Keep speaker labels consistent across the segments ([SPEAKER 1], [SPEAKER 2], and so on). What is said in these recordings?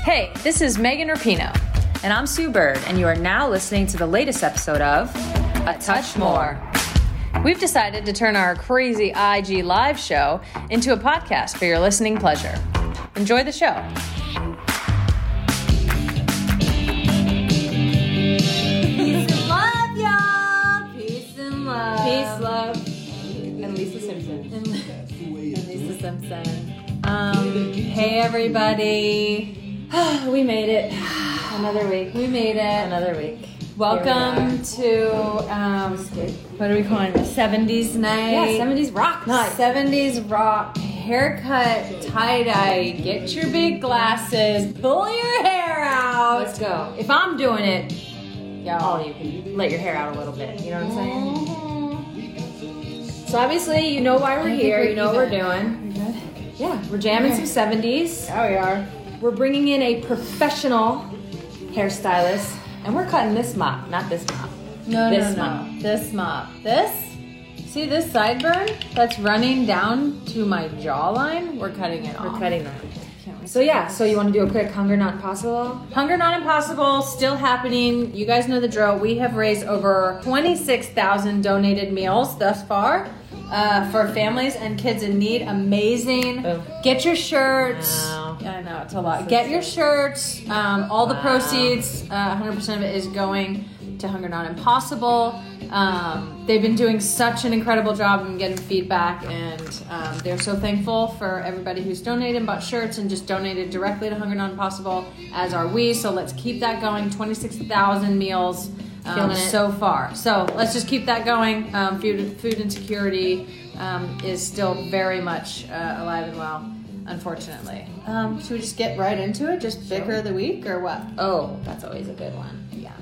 [SPEAKER 1] Hey, this is Megan Rapino.
[SPEAKER 2] And I'm Sue Bird, and you are now listening to the latest episode of
[SPEAKER 1] A Touch More. We've decided to turn our crazy IG live show into a podcast for your listening pleasure. Enjoy the show.
[SPEAKER 3] Peace and love, y'all. Peace and love.
[SPEAKER 2] Peace, love, and Lisa Simpson.
[SPEAKER 3] and Lisa Simpson. Um, hey, everybody. we made it.
[SPEAKER 2] Another week.
[SPEAKER 3] We made it.
[SPEAKER 2] Another week.
[SPEAKER 3] Welcome to um, what are we calling it? Seventies
[SPEAKER 2] Yeah,
[SPEAKER 3] night.
[SPEAKER 2] 70s rock night.
[SPEAKER 3] Seventies rock. Haircut, tie dye. Get your big glasses. Pull your hair out.
[SPEAKER 2] Let's go.
[SPEAKER 3] If I'm doing it, y'all,
[SPEAKER 2] All you can let your hair out a little bit. You know what I'm saying?
[SPEAKER 3] So
[SPEAKER 2] Mm-hmm.
[SPEAKER 3] obviously, you know why we're here. You know what we're doing. Yeah, we're jamming some '70s.
[SPEAKER 2] Oh, we are.
[SPEAKER 3] We're bringing in a professional hairstylist, and we're cutting this mop, not this mop.
[SPEAKER 1] No,
[SPEAKER 3] this
[SPEAKER 1] no, no.
[SPEAKER 3] mop. This mop. This. See this sideburn that's running down to my jawline? We're cutting it off.
[SPEAKER 2] We're cutting that.
[SPEAKER 3] So yeah, so you want to do a quick hunger not impossible? Hunger not impossible still happening. You guys know the drill. We have raised over 26,000 donated meals thus far. Uh, for families and kids in need, amazing.
[SPEAKER 2] Oh.
[SPEAKER 3] Get your shirts.
[SPEAKER 2] Wow.
[SPEAKER 3] Yeah, I know it's a lot. Get your shirts. Um, all the proceeds, uh, 100% of it is going to Hunger Not Impossible. Um, they've been doing such an incredible job and getting feedback, and um, they're so thankful for everybody who's donated and bought shirts and just donated directly to Hunger Not Impossible, as are we. So let's keep that going. 26,000 meals. Um,
[SPEAKER 2] Killing it.
[SPEAKER 3] so far. So let's just keep that going. Um, food, food insecurity um, is still very much uh, alive and well, unfortunately. Um, should we just get right into it? Just bigger of the week or what?
[SPEAKER 2] Oh, that's always a good one.
[SPEAKER 3] Yeah.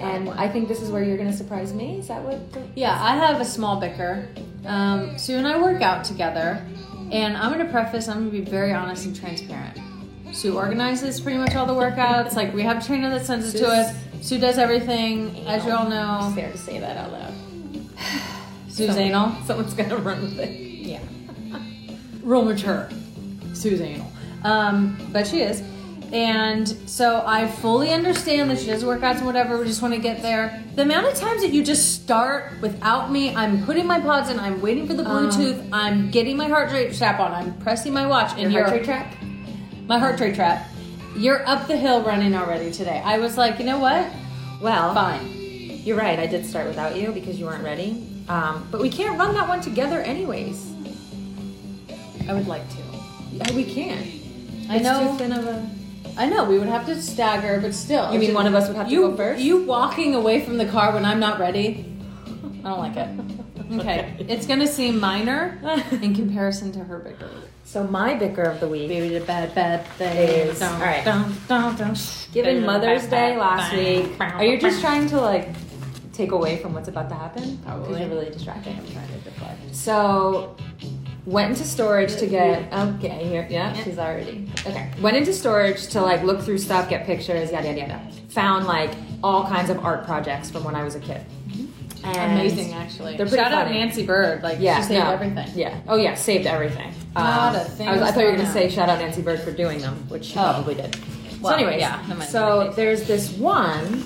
[SPEAKER 2] And I think this is where you're gonna surprise me. Is that what? the-
[SPEAKER 3] Yeah, I have a small bicker. Um, Sue and I work out together, and I'm gonna preface, I'm gonna be very honest and transparent. Sue organizes pretty much all the workouts. Like, we have a trainer that sends it to us. Sue does everything, as you all know.
[SPEAKER 2] Fair to say that out loud.
[SPEAKER 3] Sue's anal.
[SPEAKER 2] Someone's gonna run with it.
[SPEAKER 3] Yeah. Real mature. Susan anal. Um, but she is. And so I fully understand that she does workouts and whatever. We just want to get there. The amount of times that you just start without me, I'm putting my pods in, I'm waiting for the
[SPEAKER 2] Uh-huh.
[SPEAKER 3] Bluetooth, I'm getting my heart rate strap on, I'm pressing my watch, and
[SPEAKER 2] Your
[SPEAKER 3] you're
[SPEAKER 2] heart rate track.
[SPEAKER 3] my heart rate trap. You're up the hill running already today. I was like, you know what?
[SPEAKER 2] Well,
[SPEAKER 3] Fine.
[SPEAKER 2] You're right. I did start without you because you weren't ready. Um, but we can't run that one together, anyways.
[SPEAKER 3] I would like to.
[SPEAKER 2] Yeah, We can't.
[SPEAKER 3] I
[SPEAKER 2] it's
[SPEAKER 3] know.
[SPEAKER 2] Too thin of a.
[SPEAKER 3] I know we would have to stagger, but still.
[SPEAKER 2] You mean one of us would have to
[SPEAKER 3] you,
[SPEAKER 2] go first?
[SPEAKER 3] You walking away from the car when I'm not ready. I don't like it. Okay, it's gonna seem minor in comparison to her bigger.
[SPEAKER 2] So my bicker of the week.
[SPEAKER 3] Maybe the bad bad
[SPEAKER 2] It
[SPEAKER 3] thing.
[SPEAKER 2] is. All right.
[SPEAKER 3] Dun, dun, dun.
[SPEAKER 2] Given Mother's Day last week, are you just
[SPEAKER 3] trying?
[SPEAKER 2] trying to like take away from what's about to happen?
[SPEAKER 3] Probably.
[SPEAKER 2] Because you're really distracted. I'm trying to deflect. So, went into storage to get. Okay, here. Yeah, she's already. Okay. Went into storage to like look through stuff, get pictures, yada yada yada. Found like all kinds of art projects from when I was a kid. And
[SPEAKER 3] Amazing, actually.
[SPEAKER 2] They're pretty
[SPEAKER 3] Shout out
[SPEAKER 2] funny.
[SPEAKER 3] Nancy Bird. Like
[SPEAKER 2] Yeah,
[SPEAKER 3] she saved
[SPEAKER 2] no.
[SPEAKER 3] everything.
[SPEAKER 2] Yeah. Oh yeah, saved everything.
[SPEAKER 3] Not a
[SPEAKER 2] Um,
[SPEAKER 3] thing
[SPEAKER 2] I, was- I
[SPEAKER 3] was
[SPEAKER 2] thought you were
[SPEAKER 3] thrown
[SPEAKER 2] gonna
[SPEAKER 3] out.
[SPEAKER 2] say shout out Nancy Bird for doing them, which she
[SPEAKER 3] Oh.
[SPEAKER 2] probably did.
[SPEAKER 3] Well,
[SPEAKER 2] so anyways,
[SPEAKER 3] yeah, that might have been the
[SPEAKER 2] so
[SPEAKER 3] case.
[SPEAKER 2] there's this one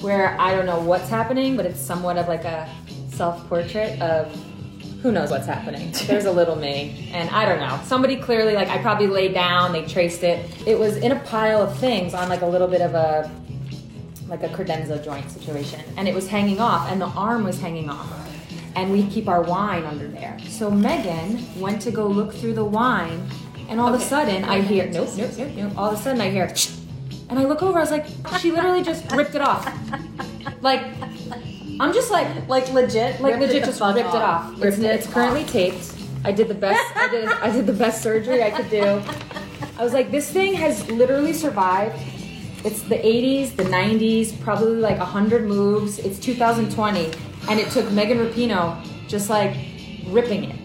[SPEAKER 2] where I don't know what's happening, but it's somewhat of like a self-portrait of who knows what's happening. There's a little me, and I don't know. Somebody clearly like I probably laid down. They traced it. It was in a pile of things on like a little bit of a like a credenza joint situation, and it was hanging off, and the arm was hanging off. And we keep our wine under there. So Megan went to go look through the wine, and all of a sudden I hear nope, nope, nope, nope. All of a sudden I hear, and I look over. I was like, she literally just ripped it off. Like, I'm just like,
[SPEAKER 3] Like legit,
[SPEAKER 2] like
[SPEAKER 3] ripped
[SPEAKER 2] legit
[SPEAKER 3] the
[SPEAKER 2] just
[SPEAKER 3] fuck
[SPEAKER 2] ripped it off. It's,
[SPEAKER 3] Ripped it
[SPEAKER 2] it's currently taped. I did the best. I did. I did the best surgery I could do. I was like, this thing has literally survived. It's the 80s, the 90s, probably like 100 moves. It's 2020, and it took Megan Rapino just like ripping it.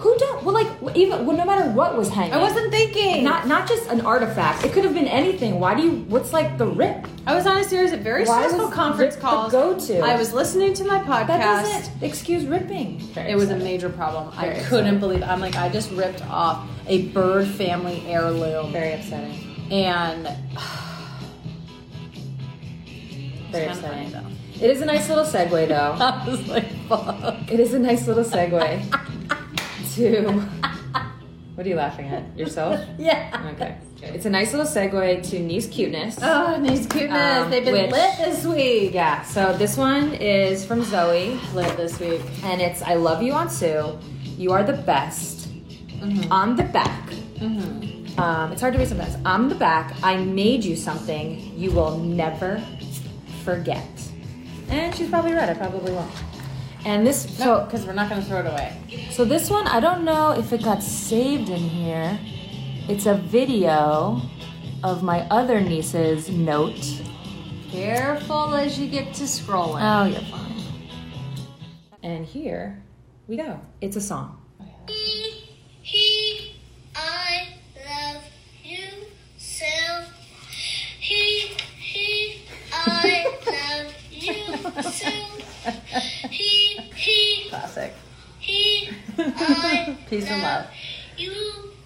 [SPEAKER 2] Who do? Well, like even well, no matter what was hanging.
[SPEAKER 3] I wasn't thinking.
[SPEAKER 2] Not not just an artifact. It could have been anything. Why do you? What's like the rip?
[SPEAKER 3] I was on a series of very
[SPEAKER 2] Why
[SPEAKER 3] stressful
[SPEAKER 2] was
[SPEAKER 3] conference
[SPEAKER 2] Rick the
[SPEAKER 3] calls.
[SPEAKER 2] go-to?
[SPEAKER 3] I was listening to my podcast.
[SPEAKER 2] That doesn't excuse ripping.
[SPEAKER 3] It was a major problem. I
[SPEAKER 2] Very
[SPEAKER 3] couldn't
[SPEAKER 2] upsetting.
[SPEAKER 3] believe. I'm like, I just ripped off a bird family heirloom.
[SPEAKER 2] very upsetting.
[SPEAKER 3] and
[SPEAKER 2] Very
[SPEAKER 3] It's kinda funny,
[SPEAKER 2] exciting. It is a nice little segue,
[SPEAKER 3] though.
[SPEAKER 2] though.
[SPEAKER 3] I was like, fuck.
[SPEAKER 2] It is a nice little segue to. What are you laughing at? Yourself?
[SPEAKER 3] Yeah.
[SPEAKER 2] Okay. It's a nice little segue to niece cuteness.
[SPEAKER 3] Oh, and these cuteness.
[SPEAKER 2] Um,
[SPEAKER 3] They've been
[SPEAKER 2] which-
[SPEAKER 3] lit this week.
[SPEAKER 2] Yeah, so this one is from Zoe,
[SPEAKER 3] Lit this week.
[SPEAKER 2] and it's I love you on Sue. You are the best.
[SPEAKER 3] Mm-hmm.
[SPEAKER 2] On the back. Um, it's hard to read sometimes. On the back, I made you something you will never forget. And she's probably right. I probably won't. And this,
[SPEAKER 3] No,
[SPEAKER 2] so
[SPEAKER 3] because we're not going to throw it away.
[SPEAKER 2] So this one, I don't know if it got saved in here. It's a video of my other niece's note.
[SPEAKER 3] Careful as you get to scrolling.
[SPEAKER 2] Oh, you're fine. And here we go. It's a song.
[SPEAKER 4] He, he, I love you so. He, he, I love you so. He, he,
[SPEAKER 3] Classic.
[SPEAKER 4] he, I
[SPEAKER 3] Peace and love.
[SPEAKER 4] you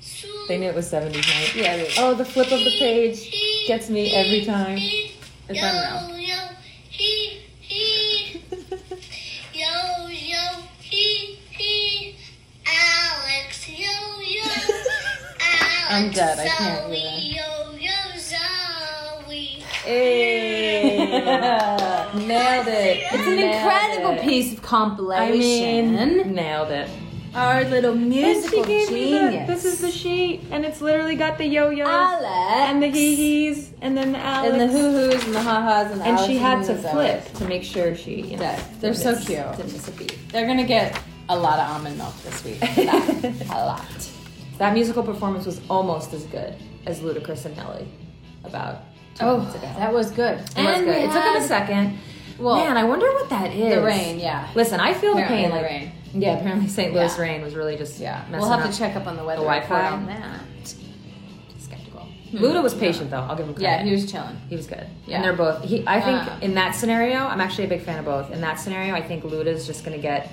[SPEAKER 4] so.
[SPEAKER 2] They knew it was 70s night.
[SPEAKER 3] Yeah, it is.
[SPEAKER 2] Oh, the flip of the page
[SPEAKER 4] He,
[SPEAKER 2] gets me every time.
[SPEAKER 4] he,
[SPEAKER 3] It's
[SPEAKER 4] yo,
[SPEAKER 3] unreal.
[SPEAKER 4] yo, he, he, yo, yo, he, he, Alex, yo, yo.
[SPEAKER 3] I'm dead. I can't do that.
[SPEAKER 4] Yo, yo, Zoe.
[SPEAKER 2] Hey. Nailed it.
[SPEAKER 3] It's an incredible piece of
[SPEAKER 2] I
[SPEAKER 3] compilation.
[SPEAKER 2] mean, nailed it.
[SPEAKER 3] Our little musical genius.
[SPEAKER 2] this is the sheet, and it's literally got the yo-yos
[SPEAKER 3] Alex.
[SPEAKER 2] and the hee-hees Ah. and then the Alex.
[SPEAKER 3] And the hoo hoos and the ha ha's and the
[SPEAKER 2] and
[SPEAKER 3] Alex
[SPEAKER 2] she had to
[SPEAKER 3] the Zoe.
[SPEAKER 2] flip to make sure she. You know,
[SPEAKER 3] Yeah, they're so
[SPEAKER 2] missed-
[SPEAKER 3] cute.
[SPEAKER 2] Didn't miss a beat.
[SPEAKER 3] They're gonna get a lot of almond milk this week. for that. a lot.
[SPEAKER 2] That musical performance was almost as good as Ludacris and Nelly. About two
[SPEAKER 3] Oh,
[SPEAKER 2] months ago.
[SPEAKER 3] that was good.
[SPEAKER 2] It was good. It took them a second.
[SPEAKER 3] Well,
[SPEAKER 2] Man, I wonder what that is.
[SPEAKER 3] the rain. Yeah,
[SPEAKER 2] Listen, I feel the
[SPEAKER 3] Apparently
[SPEAKER 2] pain.
[SPEAKER 3] the
[SPEAKER 2] Like,
[SPEAKER 3] rain.
[SPEAKER 2] Yeah, apparently St. Louis
[SPEAKER 3] Yeah.
[SPEAKER 2] rain was really just
[SPEAKER 3] yeah.
[SPEAKER 2] Messing
[SPEAKER 3] We'll have
[SPEAKER 2] up.
[SPEAKER 3] to check up on the weather
[SPEAKER 2] the
[SPEAKER 3] report
[SPEAKER 2] Wi-Fi.
[SPEAKER 3] on that.
[SPEAKER 2] Skeptical. Luda was patient though. I'll give him
[SPEAKER 3] Hmm.
[SPEAKER 2] credit.
[SPEAKER 3] Yeah, he was chilling.
[SPEAKER 2] He was good.
[SPEAKER 3] Yeah.
[SPEAKER 2] And they're both. He, I think
[SPEAKER 3] Uh.
[SPEAKER 2] in that scenario, I'm actually a big fan of both. In that scenario, I think Luda's just going to get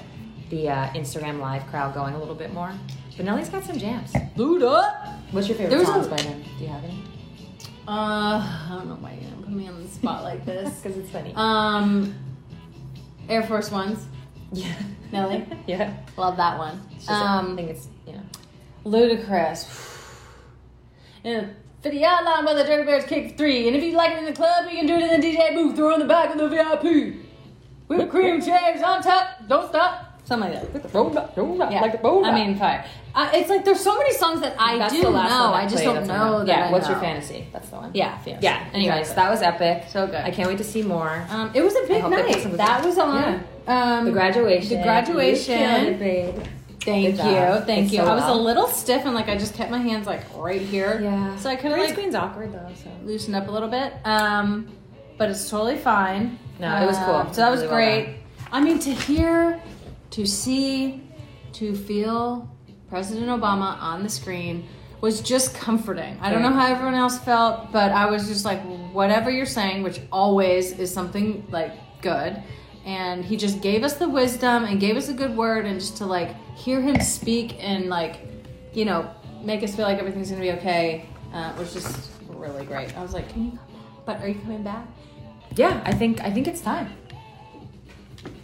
[SPEAKER 2] the uh, Instagram live crowd going a little bit more. But Nelly's got some jams.
[SPEAKER 3] Luda.
[SPEAKER 2] What's your favorite
[SPEAKER 3] There was
[SPEAKER 2] songs
[SPEAKER 3] a-
[SPEAKER 2] by them? Do you have any?
[SPEAKER 3] Uh, I don't know why you're gonna put me on the spot like this.
[SPEAKER 2] Because it's funny.
[SPEAKER 3] Um, Air Force Ones.
[SPEAKER 2] yeah.
[SPEAKER 3] Nelly.
[SPEAKER 2] yeah.
[SPEAKER 3] Love that one.
[SPEAKER 2] It's just, I
[SPEAKER 3] Um,
[SPEAKER 2] think it's you know.
[SPEAKER 3] Ludacris. In a 50 yard line by the Dirty Bears kick three. And if you like it in the club, you can do it in the DJ booth or on the back of the VIP. Whipped cream cheese on top. Don't stop. Something like that. Yeah. I mean, fire. Uh, it's like there's so many songs that I
[SPEAKER 2] That's
[SPEAKER 3] do
[SPEAKER 2] the last
[SPEAKER 3] know.
[SPEAKER 2] one
[SPEAKER 3] I just
[SPEAKER 2] played,
[SPEAKER 3] don't
[SPEAKER 2] that's what
[SPEAKER 3] know
[SPEAKER 2] I
[SPEAKER 3] that.
[SPEAKER 2] Yeah.
[SPEAKER 3] I
[SPEAKER 2] What's your
[SPEAKER 3] know.
[SPEAKER 2] fantasy? That's the one.
[SPEAKER 3] Yeah.
[SPEAKER 2] Yeah.
[SPEAKER 3] Fantasy.
[SPEAKER 2] Anyways,
[SPEAKER 3] Exactly.
[SPEAKER 2] that was epic.
[SPEAKER 3] So good.
[SPEAKER 2] I can't wait to see more.
[SPEAKER 3] Um, it was a big
[SPEAKER 2] hope they put
[SPEAKER 3] night.
[SPEAKER 2] some of
[SPEAKER 3] That
[SPEAKER 2] the-
[SPEAKER 3] was on. Um,
[SPEAKER 2] the graduation.
[SPEAKER 3] The graduation.
[SPEAKER 2] You killed it, babe.
[SPEAKER 3] Thank you,
[SPEAKER 2] Good job.
[SPEAKER 3] thank
[SPEAKER 2] Thanks
[SPEAKER 3] you.
[SPEAKER 2] so
[SPEAKER 3] I was a
[SPEAKER 2] well.
[SPEAKER 3] little stiff and like I just kept my hands like right here.
[SPEAKER 2] Yeah.
[SPEAKER 3] So I could have
[SPEAKER 2] Grade
[SPEAKER 3] like
[SPEAKER 2] Queen's awkward though. So.
[SPEAKER 3] loosened up a little bit. Um, but it's totally fine.
[SPEAKER 2] No, it was cool.
[SPEAKER 3] Um, so that was
[SPEAKER 2] Really well
[SPEAKER 3] great.
[SPEAKER 2] done.
[SPEAKER 3] I mean, to hear, to see, to feel President Obama on the screen was just comforting. I don't know
[SPEAKER 2] Right.
[SPEAKER 3] how everyone else felt, but I was just like, whatever you're saying, which always is something like good. And he just gave us the wisdom and gave us a good word, and just to like hear him speak and like, you know, make us feel like everything's gonna be okay uh, was just really great. I was like, can you come back? But are you coming back?
[SPEAKER 2] Yeah, I think I think it's time.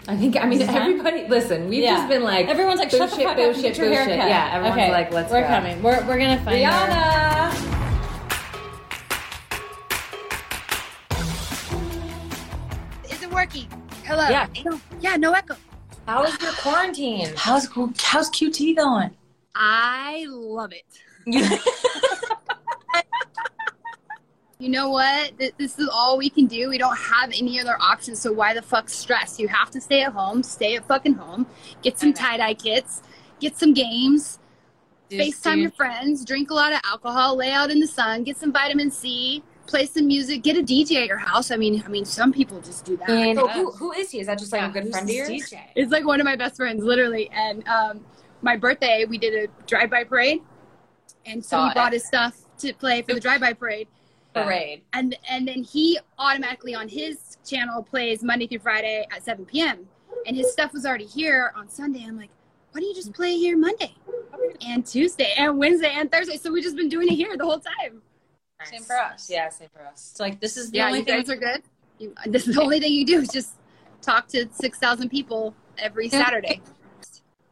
[SPEAKER 2] I think I mean
[SPEAKER 3] Is it time?
[SPEAKER 2] everybody. Listen, we've just been like
[SPEAKER 3] everyone's like,
[SPEAKER 2] boo
[SPEAKER 3] shut the
[SPEAKER 2] shit,
[SPEAKER 3] fuck
[SPEAKER 2] boo
[SPEAKER 3] up and
[SPEAKER 2] shit,
[SPEAKER 3] get your
[SPEAKER 2] boo
[SPEAKER 3] hair
[SPEAKER 2] shit.
[SPEAKER 3] cut.
[SPEAKER 2] Yeah, everyone's
[SPEAKER 3] Okay,
[SPEAKER 2] like, let's
[SPEAKER 3] We're
[SPEAKER 2] go.
[SPEAKER 3] coming. We're, we're gonna find her.
[SPEAKER 2] Rihanna.
[SPEAKER 5] Is it working? Hello.
[SPEAKER 2] Yeah.
[SPEAKER 5] No, yeah. No echo.
[SPEAKER 2] How is your quarantine?
[SPEAKER 5] How's how's QT going? I love it. you know what? Th- This is all we can do. We don't have any other options. So why the fuck stress? You have to stay at home. Stay at fucking home. Get some tie dye kits. Get some games. FaceTime your friends. Drink a lot of alcohol. Lay out in the sun. Get some vitamin C. Play some music. Get a DJ at your house. I mean, I mean, some people just do that.
[SPEAKER 2] And so who, who is he? Is that just like a good friend of yours?
[SPEAKER 5] It's like one of my best friends, literally. And um, my birthday, we did a drive-by parade, and so
[SPEAKER 6] Saw
[SPEAKER 5] he brought his stuff to play for the drive-by parade.
[SPEAKER 6] Parade.
[SPEAKER 5] And and then he automatically on his channel plays Monday through Friday at 7 p.m. And his stuff was already here on Sunday. I'm like, why don't you just play here Monday and Tuesday and Wednesday and Thursday? So we've just been doing it here the whole time.
[SPEAKER 3] Same for us.
[SPEAKER 7] Yeah, same for us.
[SPEAKER 3] It's like this is the
[SPEAKER 5] yeah,
[SPEAKER 3] only
[SPEAKER 5] you
[SPEAKER 3] thing.
[SPEAKER 5] guys are good. You, this is the only thing you do is just talk to six thousand people every
[SPEAKER 3] Yeah.
[SPEAKER 5] Saturday.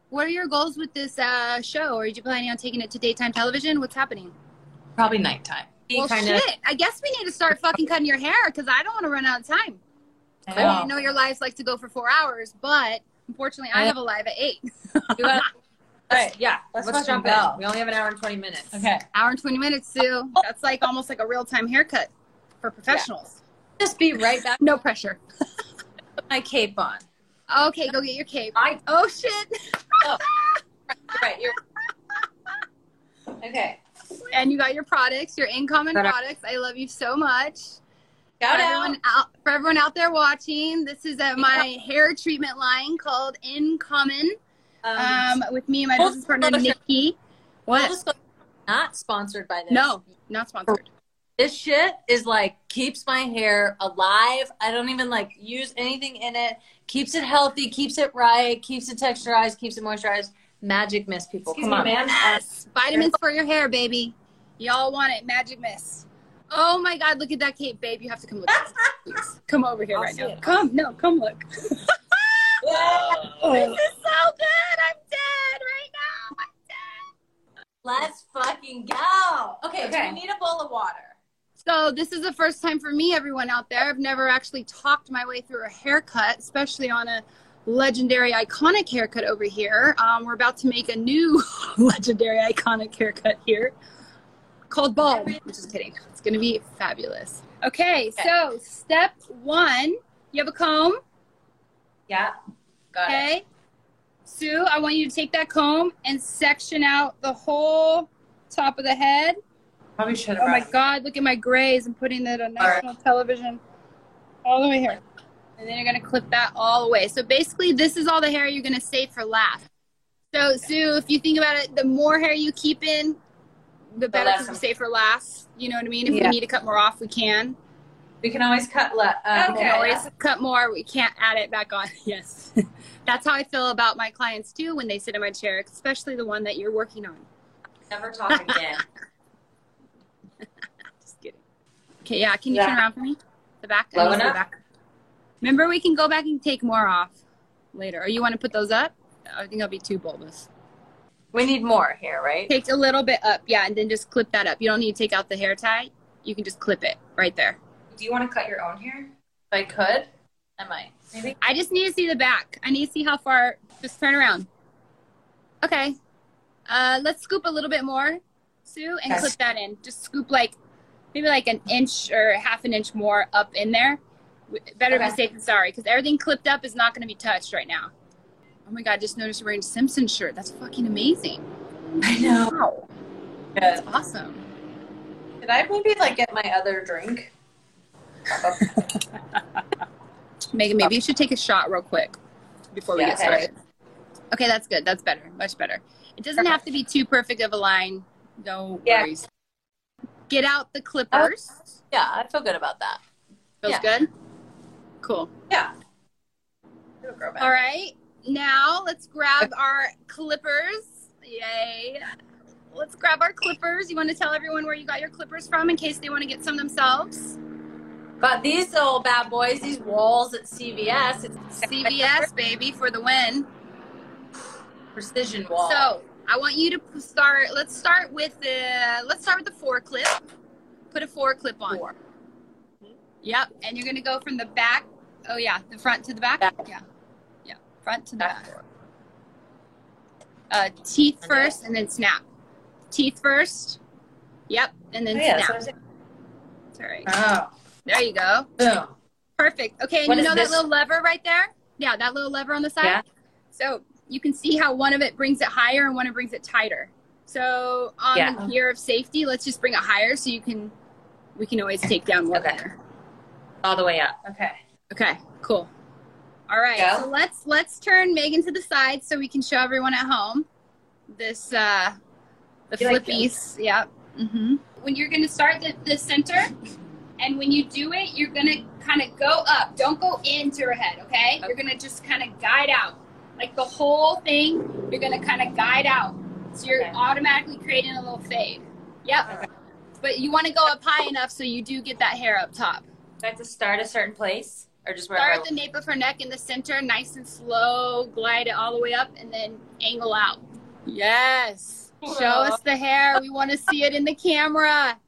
[SPEAKER 5] What are your goals with this uh, show? Are you planning on taking it to daytime television? What's happening?
[SPEAKER 3] probably nighttime.
[SPEAKER 5] Well,
[SPEAKER 7] kinda-
[SPEAKER 5] shit. I guess we need to start fucking cutting your hair because I don't want to run out of time.
[SPEAKER 3] I
[SPEAKER 5] I
[SPEAKER 3] know.
[SPEAKER 5] know your lives like to go for four hours, but unfortunately, I,
[SPEAKER 3] I-
[SPEAKER 5] have a live at eight.
[SPEAKER 7] You wanna-
[SPEAKER 3] Right.
[SPEAKER 7] Yeah, let's,
[SPEAKER 3] Let's
[SPEAKER 7] let's jump
[SPEAKER 3] fucking go.
[SPEAKER 7] in. We only have an hour and 20 minutes.
[SPEAKER 3] Okay.
[SPEAKER 5] Hour and twenty minutes, Sue. That's like almost like a real time haircut for professionals.
[SPEAKER 3] Just be right back
[SPEAKER 5] No pressure.
[SPEAKER 3] with my cape on.
[SPEAKER 5] Okay, go get your cape.
[SPEAKER 7] I-
[SPEAKER 5] Oh shit!
[SPEAKER 7] Right, you're
[SPEAKER 3] Okay.
[SPEAKER 5] And you got your products, your incoming
[SPEAKER 7] That are-
[SPEAKER 5] products. I love you so much.
[SPEAKER 3] Shout out.
[SPEAKER 5] for Everyone out, for everyone out there watching, this is uh my hair treatment line called In Common
[SPEAKER 7] um,
[SPEAKER 5] um, with me and my
[SPEAKER 3] full
[SPEAKER 5] business partner
[SPEAKER 3] disclosure.
[SPEAKER 5] Nikki.
[SPEAKER 3] Full
[SPEAKER 5] What?
[SPEAKER 3] disclosure, Not sponsored by this.
[SPEAKER 5] No, not sponsored.
[SPEAKER 3] This shit is like keeps my hair alive. I don't even like use anything in it. Keeps it healthy. Keeps it right. Keeps it texturized. Keeps it moisturized. Magic mist, people.
[SPEAKER 7] excuse
[SPEAKER 3] Come
[SPEAKER 7] me,
[SPEAKER 3] on.
[SPEAKER 7] ma'am.
[SPEAKER 5] Yes, vitamins for your hair, baby. Y'all want it? Magic Miss. Oh my God! Look at that cape, babe. You have to come look. At this, please. Come over here
[SPEAKER 7] I'll
[SPEAKER 5] right
[SPEAKER 7] see
[SPEAKER 5] now.
[SPEAKER 7] it.
[SPEAKER 5] Come, no, come look. This
[SPEAKER 7] Whoa.
[SPEAKER 5] is so good. I'm dead right now. I'm dead.
[SPEAKER 3] Let's fucking go. Okay,
[SPEAKER 7] Okay.
[SPEAKER 3] So we need a bowl of water.
[SPEAKER 5] So this is the first time for me, everyone out there. I've never actually talked my way through a haircut, especially on a legendary iconic haircut over here. Um, we're about to make a new legendary iconic haircut here called bald. I'm just kidding. It's gonna be fabulous. Okay, so step one, you have a comb.
[SPEAKER 7] Yeah.
[SPEAKER 3] Got it.
[SPEAKER 5] Okay. Sue, I want you to take that comb and section out the whole top of the head.
[SPEAKER 7] Probably should
[SPEAKER 5] Oh my God, look at my grays. I'm putting that on
[SPEAKER 7] All right.
[SPEAKER 5] national television all the way here. And then you're going to clip that all the way. So basically, this is all the hair you're going to save for last. So, Sue, if you think about it, the more hair you keep in, the better
[SPEAKER 7] less
[SPEAKER 5] because you
[SPEAKER 7] I'm-
[SPEAKER 5] save for last. You know what I mean? If
[SPEAKER 3] Yeah.
[SPEAKER 5] we need to cut more off, we can.
[SPEAKER 7] We can always cut. Le- uh,
[SPEAKER 5] Um, We can always cut more. We can't add it back on. Yes. That's how I feel about my clients too when they sit in my chair, especially the one that you're working on.
[SPEAKER 7] Never talk again.
[SPEAKER 5] Just kidding. Okay, yeah. Can you
[SPEAKER 7] Yeah.
[SPEAKER 5] turn around for me? The back. I
[SPEAKER 7] Low
[SPEAKER 5] need the
[SPEAKER 7] enough?
[SPEAKER 5] back. Remember, we can go back and take more off later. Or you want to put those up? I think I'll be too bulbous.
[SPEAKER 3] We need more hair, right?
[SPEAKER 5] Take a little bit up, yeah, and then just clip that up. You don't need to take out the hair tie. You can just clip it right there.
[SPEAKER 7] Do you want to cut your own hair?
[SPEAKER 3] If I could, I might.
[SPEAKER 7] Maybe.
[SPEAKER 5] I just need to see the back. I need to see how far. Just turn around. Okay. Uh, let's scoop a little bit more, Sue, and
[SPEAKER 7] Yes.
[SPEAKER 5] clip that in. Just scoop like maybe like an inch or half an inch more up in there. W- Better
[SPEAKER 7] Okay.
[SPEAKER 5] be safe than sorry, because everything clipped up is not going to be touched right now. Oh my God! Just noticed you're wearing a Simpson shirt. That's fucking amazing.
[SPEAKER 7] I know.
[SPEAKER 5] Wow,
[SPEAKER 7] Good.
[SPEAKER 5] that's awesome.
[SPEAKER 3] Could I maybe like get my other drink?
[SPEAKER 5] Megan, maybe you should take a shot real quick before we
[SPEAKER 3] Yeah,
[SPEAKER 5] get
[SPEAKER 3] okay.
[SPEAKER 5] started. Okay, that's good. That's better. Much better. It doesn't have to be too perfect of a line. No
[SPEAKER 7] Yeah.
[SPEAKER 5] worries. Get out the clippers.
[SPEAKER 3] Yeah, I feel good about that.
[SPEAKER 5] Feels good? Cool.
[SPEAKER 3] It'll grow back.
[SPEAKER 5] All right. Now let's grab our clippers. Yay. Let's grab our clippers. You want to tell everyone where you got your clippers from in case they want to get some themselves?
[SPEAKER 3] But these little bad boys, these walls at CVS, it's
[SPEAKER 5] CVS, baby, for the win.
[SPEAKER 3] precision wall.
[SPEAKER 5] So I want you to p- start. Let's start with the. Let's start with the four clip. Put a four clip on.
[SPEAKER 3] Four.
[SPEAKER 5] Yep, and you're gonna go from the back. Oh yeah, the front to the back.
[SPEAKER 3] Back.
[SPEAKER 5] Yeah, yeah, front to the back. Uh, teeth first, and then snap. Teeth first. Yep, and then
[SPEAKER 7] Oh, yeah, that's what
[SPEAKER 5] snap.
[SPEAKER 7] I'm saying.
[SPEAKER 5] Sorry.
[SPEAKER 7] Oh.
[SPEAKER 5] There you go.
[SPEAKER 7] Boom.
[SPEAKER 5] Perfect. Okay, and
[SPEAKER 7] What
[SPEAKER 5] you
[SPEAKER 7] is
[SPEAKER 5] know
[SPEAKER 7] this?
[SPEAKER 5] that little lever right there? Yeah, that little lever on the side.
[SPEAKER 7] Yeah.
[SPEAKER 5] So you can see how one of it brings it higher and one of it brings it tighter. So on
[SPEAKER 7] Yeah.
[SPEAKER 5] the gear of safety, let's just bring it higher so you can we can always take down one
[SPEAKER 7] Okay.
[SPEAKER 5] there.
[SPEAKER 7] All the way up. Okay.
[SPEAKER 5] Okay, cool. All right.
[SPEAKER 7] Go.
[SPEAKER 5] So let's let's turn Megan to the side so we can show everyone at home this uh the
[SPEAKER 7] You like
[SPEAKER 5] flippies. yeah. Mm-hmm. When you're gonna start the, the center and when you do it, you're gonna kinda go up. Don't go into her head, okay? You're gonna just kinda guide out. Like the whole thing, you're gonna kinda guide out. So you're
[SPEAKER 7] Okay.
[SPEAKER 5] automatically creating a little fade. Yep. But you want to go up high enough so you do get that hair up top.
[SPEAKER 2] Do I have to start a certain place or just wherever?
[SPEAKER 5] Start at the nape of her neck in the center, nice and slow, glide it all the way up, and then angle out. Yes. Show us the hair. We want to see it in the camera.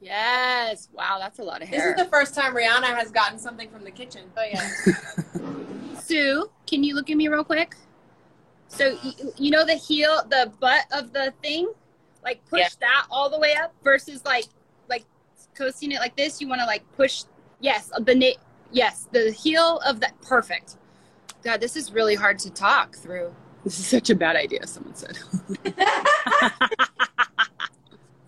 [SPEAKER 5] Yes. Wow, that's a lot of
[SPEAKER 8] This
[SPEAKER 5] hair.
[SPEAKER 8] is the first time Rihanna has gotten something from the kitchen. Oh yeah.
[SPEAKER 5] Sue, can you look at me real quick? So you, you know the heel, the butt of the thing, like push
[SPEAKER 2] Yeah.
[SPEAKER 5] that all the way up versus like like coasting it like this. You want to like push. Yes, uh, the na- yes the heel of that. Perfect. God, this is really hard to talk through. This is such a bad idea. Someone said.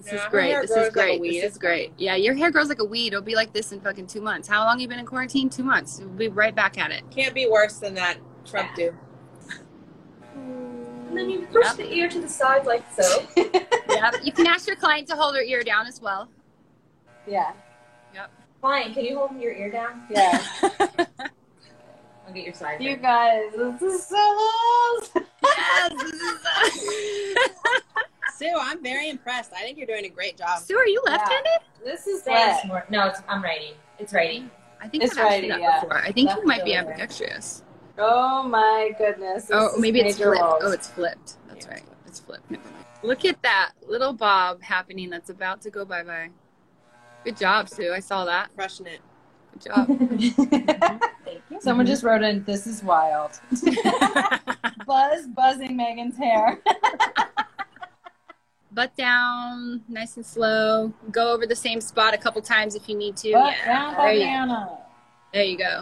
[SPEAKER 5] This
[SPEAKER 8] Yeah,
[SPEAKER 5] is
[SPEAKER 8] her
[SPEAKER 5] great.
[SPEAKER 8] hair
[SPEAKER 5] This
[SPEAKER 8] grows
[SPEAKER 5] is
[SPEAKER 8] like a
[SPEAKER 5] great.
[SPEAKER 8] weed.
[SPEAKER 5] This is great. Yeah, your hair grows like a weed. It'll be like this in fucking two months. How long you been in quarantine? Two months. We'll be right back at it.
[SPEAKER 8] Can't be worse than that Trump do.
[SPEAKER 2] And then you push the ear to the side like so.
[SPEAKER 5] Yep. you can ask your client to hold her ear down as well.
[SPEAKER 7] Yeah.
[SPEAKER 5] Yep.
[SPEAKER 7] Fine. Can you hold your ear down?
[SPEAKER 1] Yeah.
[SPEAKER 7] I'll get your side.
[SPEAKER 1] you guys, this is so awesome.
[SPEAKER 8] Sue, I'm very impressed. I think you're doing a great
[SPEAKER 1] uh,
[SPEAKER 8] job.
[SPEAKER 5] Sue, are you left-handed?
[SPEAKER 7] This is
[SPEAKER 1] Yeah.
[SPEAKER 7] way more. No, it's, I'm righty. It's righty.
[SPEAKER 5] I think
[SPEAKER 1] It's
[SPEAKER 5] I've asked
[SPEAKER 1] right,
[SPEAKER 5] you that
[SPEAKER 1] yeah.
[SPEAKER 5] before. I think
[SPEAKER 7] Left
[SPEAKER 5] you might be
[SPEAKER 7] over.
[SPEAKER 5] ambidextrous.
[SPEAKER 1] Oh my goodness. This
[SPEAKER 5] oh,
[SPEAKER 1] is
[SPEAKER 5] maybe it's
[SPEAKER 1] major
[SPEAKER 5] flipped.
[SPEAKER 1] lulz.
[SPEAKER 5] Oh, it's flipped. That's right. It's flipped. Never mind. Look at that little bob happening. That's about to go bye bye. Good job, Sue. I saw that.
[SPEAKER 8] Crushing it.
[SPEAKER 5] Good job.
[SPEAKER 1] Someone just wrote in, this is wild. Buzz buzzing Megan's hair.
[SPEAKER 5] Butt down, nice and slow. Go over the same spot a couple times if you need to.
[SPEAKER 1] But
[SPEAKER 5] yeah.
[SPEAKER 1] down
[SPEAKER 5] there, you,
[SPEAKER 1] Diana.
[SPEAKER 5] there you go.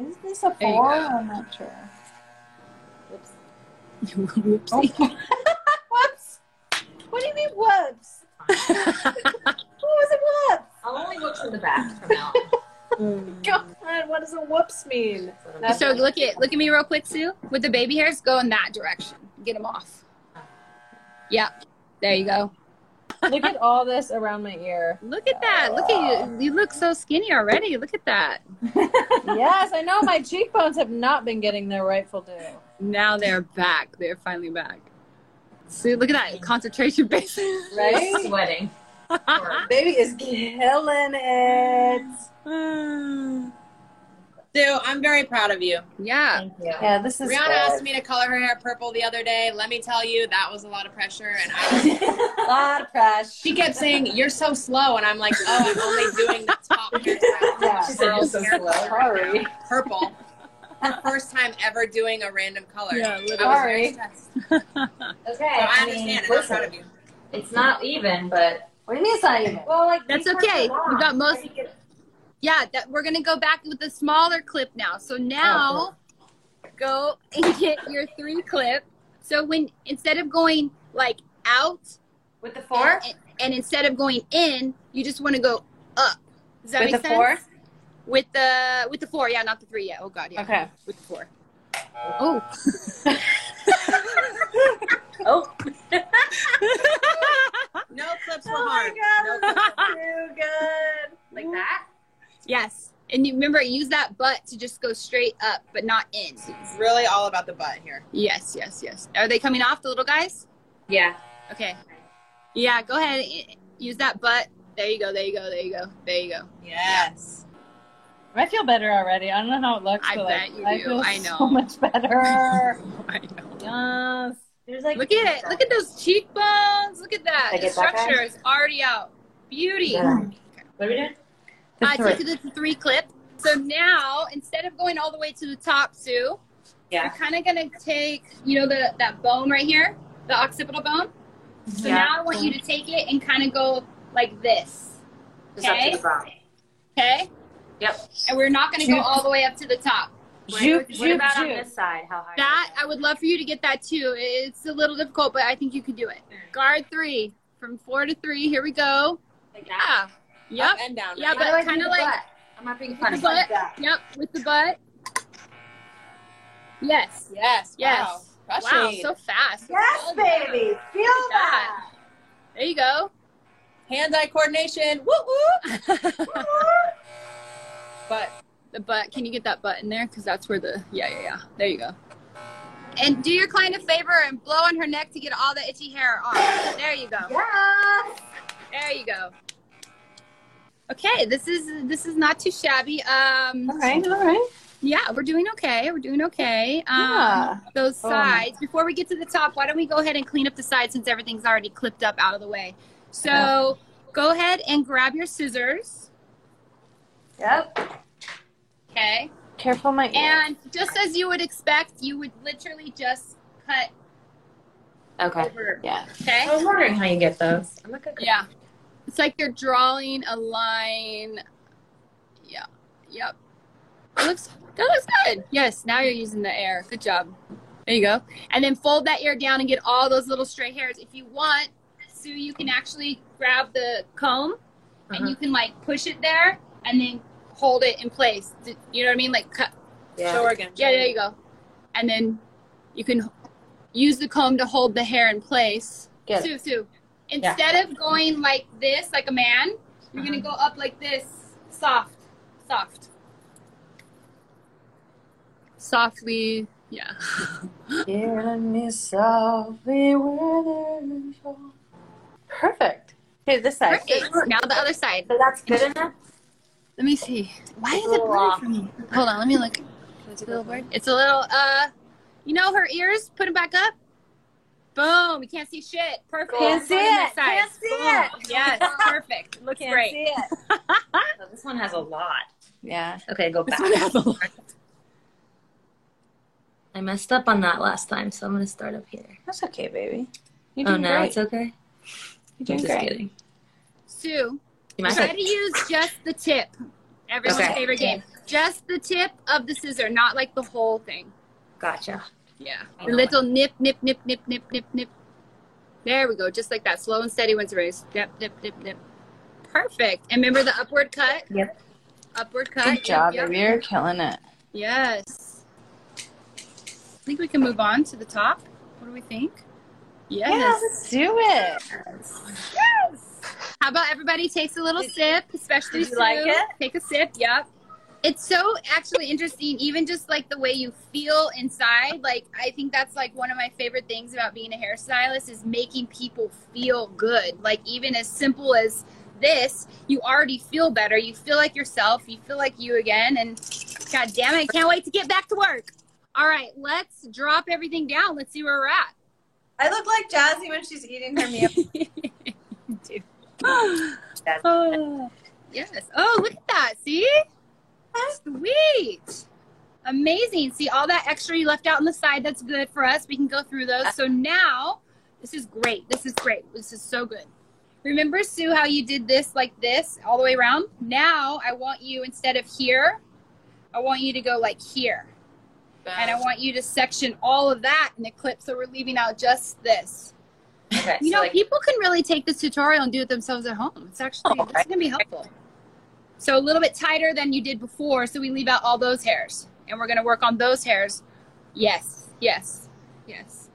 [SPEAKER 1] Is this a
[SPEAKER 5] There you
[SPEAKER 1] four?
[SPEAKER 5] go.
[SPEAKER 1] I'm not sure.
[SPEAKER 5] Whoopsie.
[SPEAKER 1] Whoops. What do you mean whoops? What was a whoops?
[SPEAKER 7] I'll only look from the back from now. on.
[SPEAKER 1] God, what does a whoops mean?
[SPEAKER 7] That's what I'm
[SPEAKER 1] That's
[SPEAKER 5] so look at look at me real quick, Sue. With the baby hairs, go in that direction. Get them off. Yep. There you go.
[SPEAKER 1] Look at all this around my ear.
[SPEAKER 5] Look at that. Look at you. You look so skinny already. Look at that.
[SPEAKER 1] Yes, I know my cheekbones have not been getting their rightful due.
[SPEAKER 5] Now they're back. They're finally back. Sue, look at that concentration base.
[SPEAKER 7] doing. sweating.
[SPEAKER 1] Baby is killing it.
[SPEAKER 8] Sue, I'm very proud of you.
[SPEAKER 5] yeah.
[SPEAKER 7] Thank you.
[SPEAKER 1] Yeah, this is
[SPEAKER 8] Rihanna
[SPEAKER 1] good.
[SPEAKER 8] asked me to color her hair purple the other day. Let me tell you, that was a lot of pressure. And I was,
[SPEAKER 1] a lot of pressure.
[SPEAKER 8] she kept saying, "You're so slow," and I'm like, "Oh, I'm only doing the top hairstyle."
[SPEAKER 1] Yeah.
[SPEAKER 7] She said, "You're so
[SPEAKER 8] Girl's hair
[SPEAKER 7] slow."
[SPEAKER 8] color right now. Purple. Her first time ever doing a random color.
[SPEAKER 5] Yeah,
[SPEAKER 8] I was
[SPEAKER 1] Sorry.
[SPEAKER 8] very stressed.
[SPEAKER 7] Okay,
[SPEAKER 8] So I
[SPEAKER 7] I mean,
[SPEAKER 8] understand. and I'm
[SPEAKER 7] listen,
[SPEAKER 8] proud of you.
[SPEAKER 7] it's not even, but
[SPEAKER 1] What do you mean it's not even?
[SPEAKER 7] well, like
[SPEAKER 5] That's
[SPEAKER 7] these parts
[SPEAKER 5] okay.
[SPEAKER 7] are long.
[SPEAKER 5] We've got most-
[SPEAKER 7] I think it-
[SPEAKER 5] Yeah, that we're gonna go back with the smaller clip now. So now go and get your three clip. So when instead of going like out
[SPEAKER 2] With the four?
[SPEAKER 5] and, and instead of going in, you just want to go up. Does that
[SPEAKER 2] With
[SPEAKER 5] make
[SPEAKER 2] the
[SPEAKER 5] sense?
[SPEAKER 2] four?
[SPEAKER 5] With the with the four, yeah, not the three yet. Oh god, yeah.
[SPEAKER 2] Okay.
[SPEAKER 5] With the four. Oh.
[SPEAKER 2] Oh.
[SPEAKER 8] No clips
[SPEAKER 7] Oh
[SPEAKER 8] were hard. No clips.
[SPEAKER 2] Too good. Like that?
[SPEAKER 5] yes. And you remember use that butt to just go straight up, but not in.
[SPEAKER 8] It's really all about the butt here.
[SPEAKER 5] Yes, yes, yes. Are they coming off the little guys?
[SPEAKER 2] Yeah.
[SPEAKER 5] Okay. Yeah, go ahead. I- Use that butt. There you go, there you go, there you go, there you go.
[SPEAKER 8] Yes.
[SPEAKER 1] I feel better already. I don't know how it looks.
[SPEAKER 5] I
[SPEAKER 1] but
[SPEAKER 5] bet
[SPEAKER 1] like,
[SPEAKER 5] you
[SPEAKER 1] I
[SPEAKER 5] do.
[SPEAKER 1] Feel
[SPEAKER 5] I know.
[SPEAKER 1] So much better.
[SPEAKER 5] I know.
[SPEAKER 1] yes.
[SPEAKER 7] There's like
[SPEAKER 5] Look at it. Look at those cheekbones. Look at that.
[SPEAKER 7] Did I
[SPEAKER 5] The
[SPEAKER 7] get that guy?
[SPEAKER 5] structure is already out. Beauty.
[SPEAKER 7] What are we doing?
[SPEAKER 5] I took you to the three clip. So now, instead of going all the way to the top, Sue,
[SPEAKER 2] Yeah.
[SPEAKER 5] you're kind of gonna take, you know, the that bone right here, the occipital bone. So
[SPEAKER 2] Yeah.
[SPEAKER 5] now I want you to take it and kind of go like this.
[SPEAKER 2] Just up
[SPEAKER 5] Okay.
[SPEAKER 2] to the bottom.
[SPEAKER 5] Okay.
[SPEAKER 2] Yep.
[SPEAKER 5] And we're not gonna go all the way up to the top.
[SPEAKER 2] What,
[SPEAKER 1] Zoop,
[SPEAKER 2] what
[SPEAKER 1] zoop,
[SPEAKER 2] about on
[SPEAKER 1] zoop.
[SPEAKER 2] this side? How high?
[SPEAKER 5] That I would love for you to get that too. It's a little difficult, but I think you can do it. Guard three from four to three. Here we go.
[SPEAKER 2] Like that?
[SPEAKER 5] Yeah. Yep.
[SPEAKER 8] Up and down.
[SPEAKER 5] Yeah, but
[SPEAKER 8] right?
[SPEAKER 5] kind of like
[SPEAKER 2] I'm not being
[SPEAKER 5] with
[SPEAKER 2] funny.
[SPEAKER 5] the butt. Yep, with the butt. Yes.
[SPEAKER 8] Yes.
[SPEAKER 5] Yes.
[SPEAKER 8] Wow.
[SPEAKER 5] Wow,
[SPEAKER 8] Crushing.
[SPEAKER 5] so fast.
[SPEAKER 1] Yes, baby. Feel
[SPEAKER 5] that. There you go.
[SPEAKER 8] Hand-eye coordination. Woo woo. But
[SPEAKER 5] the butt. Can you get that butt in there? Because that's where the yeah yeah yeah. There you go. And do your client a favor and blow on her neck to get all the itchy hair off. There you go.
[SPEAKER 7] Yes.
[SPEAKER 5] There you go. Okay, this is this is not too shabby. Um,
[SPEAKER 3] All right, all right.
[SPEAKER 5] yeah, we're doing okay. We're doing okay. Um,
[SPEAKER 3] Yeah.
[SPEAKER 5] Those
[SPEAKER 3] Oh my-
[SPEAKER 5] sides. Before we get to the top, why don't we go ahead and clean up the sides since everything's already clipped up out of the way? So go ahead and grab your scissors.
[SPEAKER 3] Yep.
[SPEAKER 5] Okay.
[SPEAKER 1] Careful, my ear.
[SPEAKER 5] And just as you would expect, you would literally just cut
[SPEAKER 7] Okay.
[SPEAKER 5] over.
[SPEAKER 3] Yeah.
[SPEAKER 5] Okay.
[SPEAKER 7] I was wondering how you get those. I'm like a good
[SPEAKER 5] Yeah. It's like you're drawing a line. Yeah. Yep. It looks that looks good. Yes, now you're using the air. Good job. There you go. And then fold that ear down and get all those little stray hairs. If you want, Sue, you can actually grab the comb
[SPEAKER 7] Uh-huh.
[SPEAKER 5] and you can like push it there and then hold it in place. D- You know what I mean? Like cut
[SPEAKER 7] yeah.
[SPEAKER 8] Show her again.
[SPEAKER 5] yeah, there you go. And then you can use the comb to hold the hair in place.
[SPEAKER 7] Get
[SPEAKER 5] Sue, Sue.
[SPEAKER 7] Yeah.
[SPEAKER 5] Instead of going like this, like a man, you're gonna go up like this, soft, soft, softly. Yeah.
[SPEAKER 1] Killing me softly where Perfect. Okay, this side.
[SPEAKER 5] Perfect. Now the other side.
[SPEAKER 7] So that's good enough.
[SPEAKER 5] Let me see. Why is it blurry for me? Hold on. Let me look. It's a little blurry. It's a little. Uh, you know her ears. Put them back up. Boom. You can't see shit. Perfect.
[SPEAKER 7] Can't
[SPEAKER 5] see it. Can't see
[SPEAKER 1] it.
[SPEAKER 5] Yes. Perfect. Looks great.
[SPEAKER 7] Oh, this one has a lot.
[SPEAKER 1] Yeah.
[SPEAKER 7] Okay, go back. I messed up on that last time, so I'm gonna start up here.
[SPEAKER 1] That's okay, baby. You're
[SPEAKER 7] Oh
[SPEAKER 1] doing
[SPEAKER 7] no,
[SPEAKER 1] great.
[SPEAKER 7] it's okay.
[SPEAKER 1] You're doing
[SPEAKER 7] I'm just
[SPEAKER 1] great.
[SPEAKER 7] kidding.
[SPEAKER 5] Sue.
[SPEAKER 7] You might
[SPEAKER 5] Try
[SPEAKER 7] have-
[SPEAKER 5] to use just the tip. Everyone's
[SPEAKER 7] Okay.
[SPEAKER 5] favorite game. Just the tip of the scissor, not like the whole thing.
[SPEAKER 7] Gotcha.
[SPEAKER 5] Yeah.
[SPEAKER 7] I
[SPEAKER 5] A
[SPEAKER 7] know
[SPEAKER 5] little nip, nip, nip, nip, nip, nip, nip. There we go. Just like that. Slow and steady wins the race. Nip, nip, nip, nip. Perfect. And remember the upward cut?
[SPEAKER 7] Yep.
[SPEAKER 5] Upward cut.
[SPEAKER 1] Good
[SPEAKER 5] Yep,
[SPEAKER 1] job,
[SPEAKER 5] yep.
[SPEAKER 1] baby. You're killing it.
[SPEAKER 5] Yes. I think we can move on to the top. What do we think?
[SPEAKER 1] Yeah,
[SPEAKER 5] Yes.
[SPEAKER 1] let's do it.
[SPEAKER 5] How about everybody takes a little sip, especially
[SPEAKER 1] did you
[SPEAKER 5] Sue.
[SPEAKER 1] like it?
[SPEAKER 5] Take a sip. Yep. It's so actually interesting, even just like the way you feel inside. Like I think that's like one of my favorite things about being a hairstylist is making people feel good. Like even as simple as this, you already feel better. You feel like yourself. You feel like you again. And god damn it, I can't wait to get back to work. All right, let's drop everything down. Let's see where we're at.
[SPEAKER 3] I look like Jazzy when she's eating her meal.
[SPEAKER 5] Yes. Oh, look at that. See? Sweet. Amazing. See all that extra you left out on the side. That's good for us. We can go through those. So now, this is great. This is great. This is so good. Remember, Sue, how you did this like this all the way around? Now, I want you, instead of here, I want you to go like here. And I want you to section all of that in the clip. So we're leaving out just this.
[SPEAKER 7] Okay,
[SPEAKER 5] You
[SPEAKER 7] so
[SPEAKER 5] know,
[SPEAKER 7] like,
[SPEAKER 5] people can really take this tutorial and do it themselves at home. It's actually
[SPEAKER 7] Oh,
[SPEAKER 5] it's gonna be helpful. So a little bit tighter than you did before, so we leave out all those hairs, and we're gonna work on those hairs. Yes, yes, yes.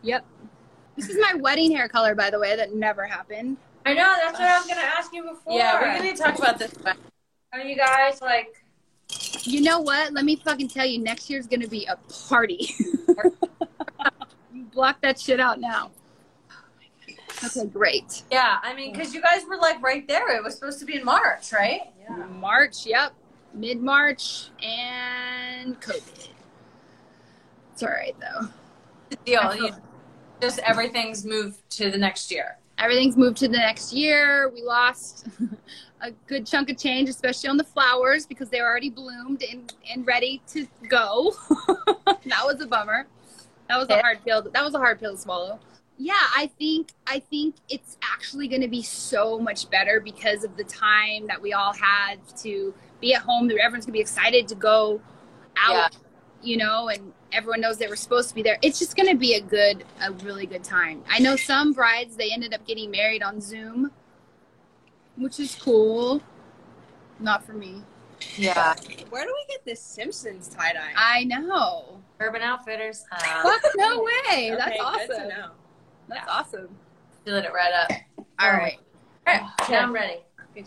[SPEAKER 5] Yep. This is my wedding hair color, by the way. That never happened.
[SPEAKER 7] I know that's what I was gonna ask you before.
[SPEAKER 3] yeah, we're gonna talk about this. one.
[SPEAKER 7] Are you guys like?
[SPEAKER 5] You know what? Let me fucking tell you, next year's gonna be a party. you block that shit out now. Okay, great.
[SPEAKER 3] Yeah, I mean, because you guys were like right there. It was supposed to be in March, right?
[SPEAKER 5] March, yep. Mid March and COVID. It's all right though.
[SPEAKER 3] Deal. You, just everything's moved to the next year.
[SPEAKER 5] Everything's moved to the next year. We lost a good chunk of change, especially on the flowers because they were already bloomed and, and ready to go. that was a bummer. That was a hard pill. That was a hard pill to swallow. Yeah, I think I think it's actually going to be so much better because of the time that we all had to be at home. Everyone's going to be excited to go out
[SPEAKER 3] Yeah.
[SPEAKER 5] you know, and everyone knows they were supposed to be there. It's just going to be a good, a really good time. I know some brides, they ended up getting married on Zoom, which is cool. Not for me.
[SPEAKER 3] Yeah.
[SPEAKER 8] Where do we get this Simpsons tie dye?
[SPEAKER 5] I know.
[SPEAKER 7] Urban Outfitters. Uh,
[SPEAKER 5] Fuck, no way. That's
[SPEAKER 8] Okay, good to
[SPEAKER 5] awesome.
[SPEAKER 8] know.
[SPEAKER 5] That's awesome.
[SPEAKER 3] Feeling it right up.
[SPEAKER 8] Oh,
[SPEAKER 5] All right.
[SPEAKER 7] yeah, I'm ready.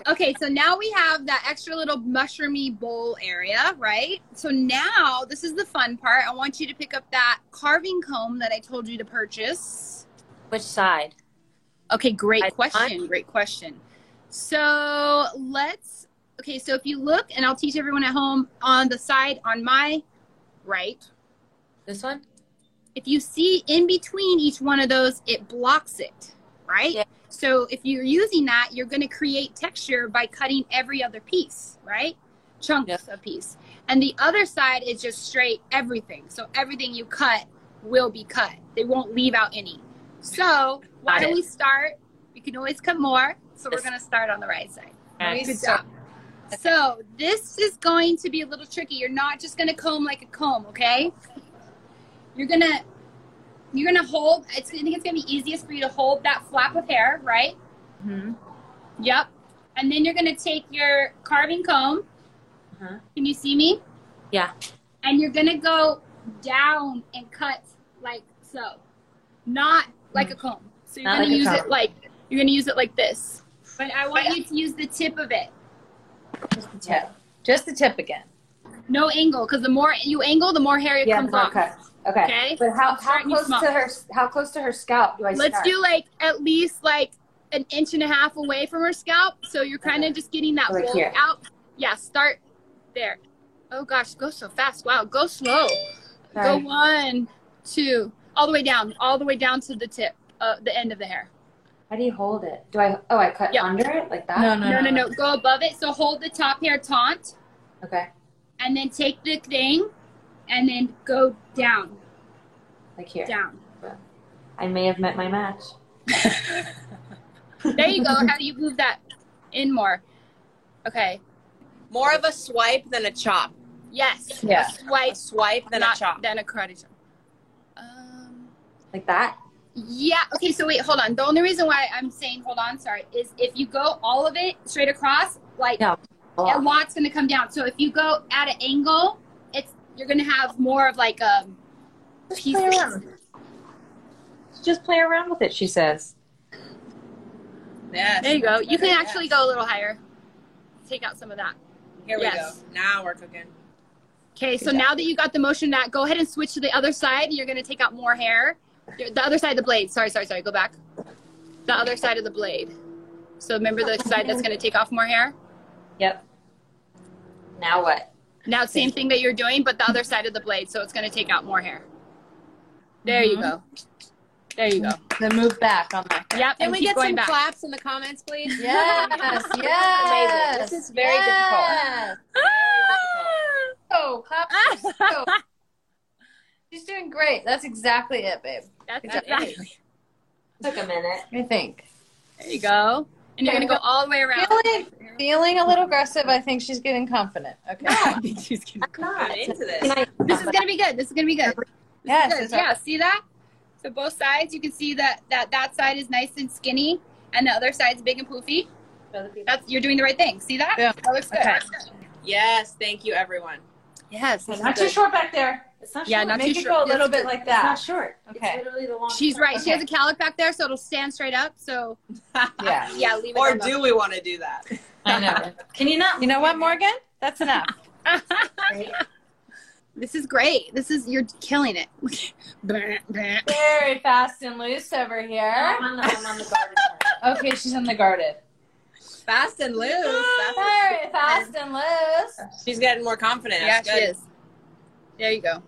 [SPEAKER 5] Okay, so now we have that extra little mushroomy bowl area, right? So now this is the fun part. I want you to pick up that carving comb that I told you to purchase.
[SPEAKER 7] Which side?
[SPEAKER 5] Okay, great
[SPEAKER 9] I-
[SPEAKER 5] question. Great question. So let's, okay, so if you look, and I'll teach everyone at home on the side on my right,
[SPEAKER 2] This one?
[SPEAKER 5] if you see in between each one of those, it blocks it, right?
[SPEAKER 9] Yeah.
[SPEAKER 5] So if you're using that, you're going to create texture by cutting every other piece, right? Chunks of piece. And the other side is just straight everything. So everything you cut will be cut. They won't leave out any. So why
[SPEAKER 2] Got
[SPEAKER 5] don't
[SPEAKER 2] it.
[SPEAKER 5] we start? You can always cut more. So we're
[SPEAKER 2] Yes.
[SPEAKER 5] going to start on the right side.
[SPEAKER 2] Okay.
[SPEAKER 5] Good job. So this is going to be a little tricky. You're not just gonna comb like a comb, okay? You're gonna you're gonna hold. It's, I think it's gonna be easiest for you to hold that flap of hair, right? Mm-hmm. Yep. And then you're gonna take your carving comb.
[SPEAKER 2] Uh-huh.
[SPEAKER 5] Can you see me?
[SPEAKER 2] Yeah.
[SPEAKER 5] And you're gonna go down and cut like so, not like a comb. So you're
[SPEAKER 2] Not
[SPEAKER 5] gonna
[SPEAKER 2] like a
[SPEAKER 5] use
[SPEAKER 2] comb.
[SPEAKER 5] it like you're gonna use it like this. But I want you to use the tip of it.
[SPEAKER 3] Just the tip. Just the tip again.
[SPEAKER 5] No angle, because the more you angle, the more hair it
[SPEAKER 2] Yeah,
[SPEAKER 5] comes
[SPEAKER 2] more
[SPEAKER 5] off.
[SPEAKER 2] cut. Okay.
[SPEAKER 5] Okay.
[SPEAKER 2] But how,
[SPEAKER 5] Start
[SPEAKER 2] how
[SPEAKER 5] and you
[SPEAKER 2] close
[SPEAKER 5] small.
[SPEAKER 2] to her how close to her scalp do I
[SPEAKER 5] Let's
[SPEAKER 2] start?
[SPEAKER 5] do like at least like an inch and a half away from her scalp. So you're kind of just getting that
[SPEAKER 2] Like
[SPEAKER 5] bulge
[SPEAKER 2] here.
[SPEAKER 5] out. Yeah, start there. Oh gosh, go so fast. Wow, go slow. Go
[SPEAKER 2] Sorry.
[SPEAKER 5] one, two, all the way down, all the way down to the tip, uh, the end of the hair.
[SPEAKER 2] How do you hold it? Do I oh I cut
[SPEAKER 5] Yeah.
[SPEAKER 2] under it like that?
[SPEAKER 10] No, no,
[SPEAKER 5] No, no, no, go above it. So hold the top hair taunt
[SPEAKER 2] Okay.
[SPEAKER 5] and then take the thing and then go down,
[SPEAKER 2] Like here.
[SPEAKER 5] down.
[SPEAKER 2] I may have met my match.
[SPEAKER 5] There you go. How do you move that in more? Okay.
[SPEAKER 8] More of a swipe than a chop.
[SPEAKER 5] Yes.
[SPEAKER 3] Yeah.
[SPEAKER 5] Swipe
[SPEAKER 8] A swipe than
[SPEAKER 5] not-
[SPEAKER 8] a chop.
[SPEAKER 5] Then a karate chop. Um,
[SPEAKER 2] Like that?
[SPEAKER 5] yeah. Okay. So wait, hold on. The only reason why I'm saying hold on, sorry, is if you go all of it straight across, like
[SPEAKER 2] Yeah.
[SPEAKER 5] a lot's gonna come down. So if you go at an angle, it's you're gonna have more of like um, a
[SPEAKER 2] Just
[SPEAKER 5] piece.
[SPEAKER 2] play around. Just play around with it, she says.
[SPEAKER 8] Yes.
[SPEAKER 5] There you go. You
[SPEAKER 8] Okay,
[SPEAKER 5] can actually go a little higher. Take out some of that.
[SPEAKER 8] Here we
[SPEAKER 5] yes.
[SPEAKER 8] go. Now we're cooking.
[SPEAKER 5] Okay, so now that you got the motion that, go ahead and switch to the other side. You're gonna take out more hair. Your- The other side of the blade. Sorry, sorry, sorry. Go back. The other side of the blade. So remember the side that's gonna take off more hair.
[SPEAKER 2] Yep. Now what?
[SPEAKER 5] Now same thing that you're doing, but the other side of the blade. So it's gonna take out more hair. There you go. There you go.
[SPEAKER 3] Then move back on that.
[SPEAKER 5] Yep.
[SPEAKER 8] Can
[SPEAKER 5] and
[SPEAKER 8] we
[SPEAKER 5] keep
[SPEAKER 8] get
[SPEAKER 5] going
[SPEAKER 8] some
[SPEAKER 5] back.
[SPEAKER 8] claps in the comments, please?
[SPEAKER 3] Yes, yes.
[SPEAKER 9] Amazing. This is very
[SPEAKER 3] yes. Oh, clap. So- She's doing great. That's exactly it, babe.
[SPEAKER 5] That's
[SPEAKER 3] Good job.
[SPEAKER 5] exactly.
[SPEAKER 2] Took a minute.
[SPEAKER 3] I think.
[SPEAKER 5] There you go. And you're gonna go all the way around.
[SPEAKER 3] Feeling, feeling a little aggressive. I think she's getting confident. Okay.
[SPEAKER 8] I think she's getting
[SPEAKER 2] not.
[SPEAKER 8] into
[SPEAKER 2] Can
[SPEAKER 8] this.
[SPEAKER 2] I
[SPEAKER 5] This is gonna be good. This is gonna be good.
[SPEAKER 3] Yes.
[SPEAKER 5] Good,
[SPEAKER 3] it's
[SPEAKER 5] yeah, see that? So both sides, you can see that that that side is nice and skinny, and the other side's big and poofy. That's you're doing the right thing. See that?
[SPEAKER 3] Yeah.
[SPEAKER 5] That looks good.
[SPEAKER 3] Okay.
[SPEAKER 8] Yes, thank you, everyone.
[SPEAKER 5] Yes. this is
[SPEAKER 11] Not too
[SPEAKER 5] good.
[SPEAKER 11] short back there. It's not
[SPEAKER 5] Yeah,
[SPEAKER 11] short.
[SPEAKER 5] not
[SPEAKER 11] Make
[SPEAKER 5] too
[SPEAKER 11] it
[SPEAKER 5] short.
[SPEAKER 11] go a little
[SPEAKER 5] It's
[SPEAKER 11] bit like
[SPEAKER 2] it's
[SPEAKER 11] that.
[SPEAKER 2] not short.
[SPEAKER 3] Okay.
[SPEAKER 11] It's literally the long.
[SPEAKER 5] She's right. She
[SPEAKER 3] Okay.
[SPEAKER 5] has a calic back there, so it'll stand straight up. So
[SPEAKER 3] Yeah.
[SPEAKER 5] yeah, leave it.
[SPEAKER 8] Or
[SPEAKER 5] alone.
[SPEAKER 8] do we want to do that?
[SPEAKER 2] I know. Can you not
[SPEAKER 3] You know what, Morgan? That's enough.
[SPEAKER 5] this is great. This is you're killing it.
[SPEAKER 3] Very fast and loose over here.
[SPEAKER 11] I'm on the, I'm on the garden.
[SPEAKER 3] Okay, she's in the garden.
[SPEAKER 8] Fast and loose. That's-
[SPEAKER 3] Very fast and loose.
[SPEAKER 8] She's getting more confident.
[SPEAKER 5] yeah,
[SPEAKER 8] That's
[SPEAKER 5] she
[SPEAKER 8] good.
[SPEAKER 5] is. There you go.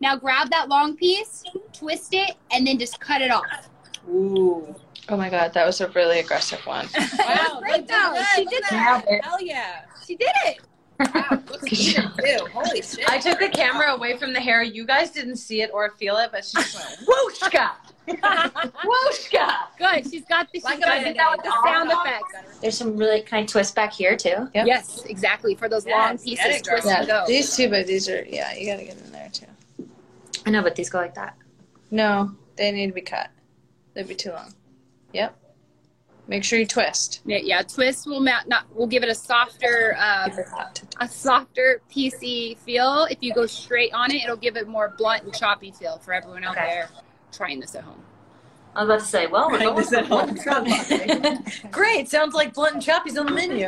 [SPEAKER 5] Now grab that long piece, twist it, and then just cut it off.
[SPEAKER 8] Ooh.
[SPEAKER 3] Oh my god, that was a really aggressive one.
[SPEAKER 8] Wow,
[SPEAKER 5] great
[SPEAKER 8] that's
[SPEAKER 5] though.
[SPEAKER 8] good.
[SPEAKER 5] She
[SPEAKER 8] Look
[SPEAKER 5] did
[SPEAKER 8] at
[SPEAKER 2] now, babe?
[SPEAKER 8] Hell yeah.
[SPEAKER 5] She did it.
[SPEAKER 8] Wow, look at you too. Holy shit.
[SPEAKER 11] I took the camera away from the hair. You guys didn't see it or feel it, but she just went whooshka, whooshka.
[SPEAKER 5] Good. She's got the, she's
[SPEAKER 8] Like a
[SPEAKER 5] got the,
[SPEAKER 8] Band-Aid.
[SPEAKER 5] the sound effects.
[SPEAKER 2] There's some really kind of twist back here too.
[SPEAKER 3] Yep.
[SPEAKER 5] Yes, exactly. For those
[SPEAKER 8] Yes,
[SPEAKER 5] long
[SPEAKER 8] get
[SPEAKER 5] pieces,
[SPEAKER 8] it, girl.
[SPEAKER 5] twist and
[SPEAKER 3] Yeah,
[SPEAKER 5] go.
[SPEAKER 3] these two, but these are, yeah, you gotta get in there too.
[SPEAKER 2] I know, but these go like that.
[SPEAKER 3] No, they need to be cut. They'd be too long. Yep. Make sure you twist.
[SPEAKER 5] Yeah, yeah, twist will ma- not will give it a softer, uh, a softer PC feel. If you go straight on it, it'll give it more blunt and choppy feel for everyone out
[SPEAKER 2] Okay.
[SPEAKER 5] there trying this at home.
[SPEAKER 2] I was about to say, well, we're
[SPEAKER 8] Like
[SPEAKER 2] going
[SPEAKER 8] this at home.
[SPEAKER 11] Great. Sounds like blunt and choppies on the menu.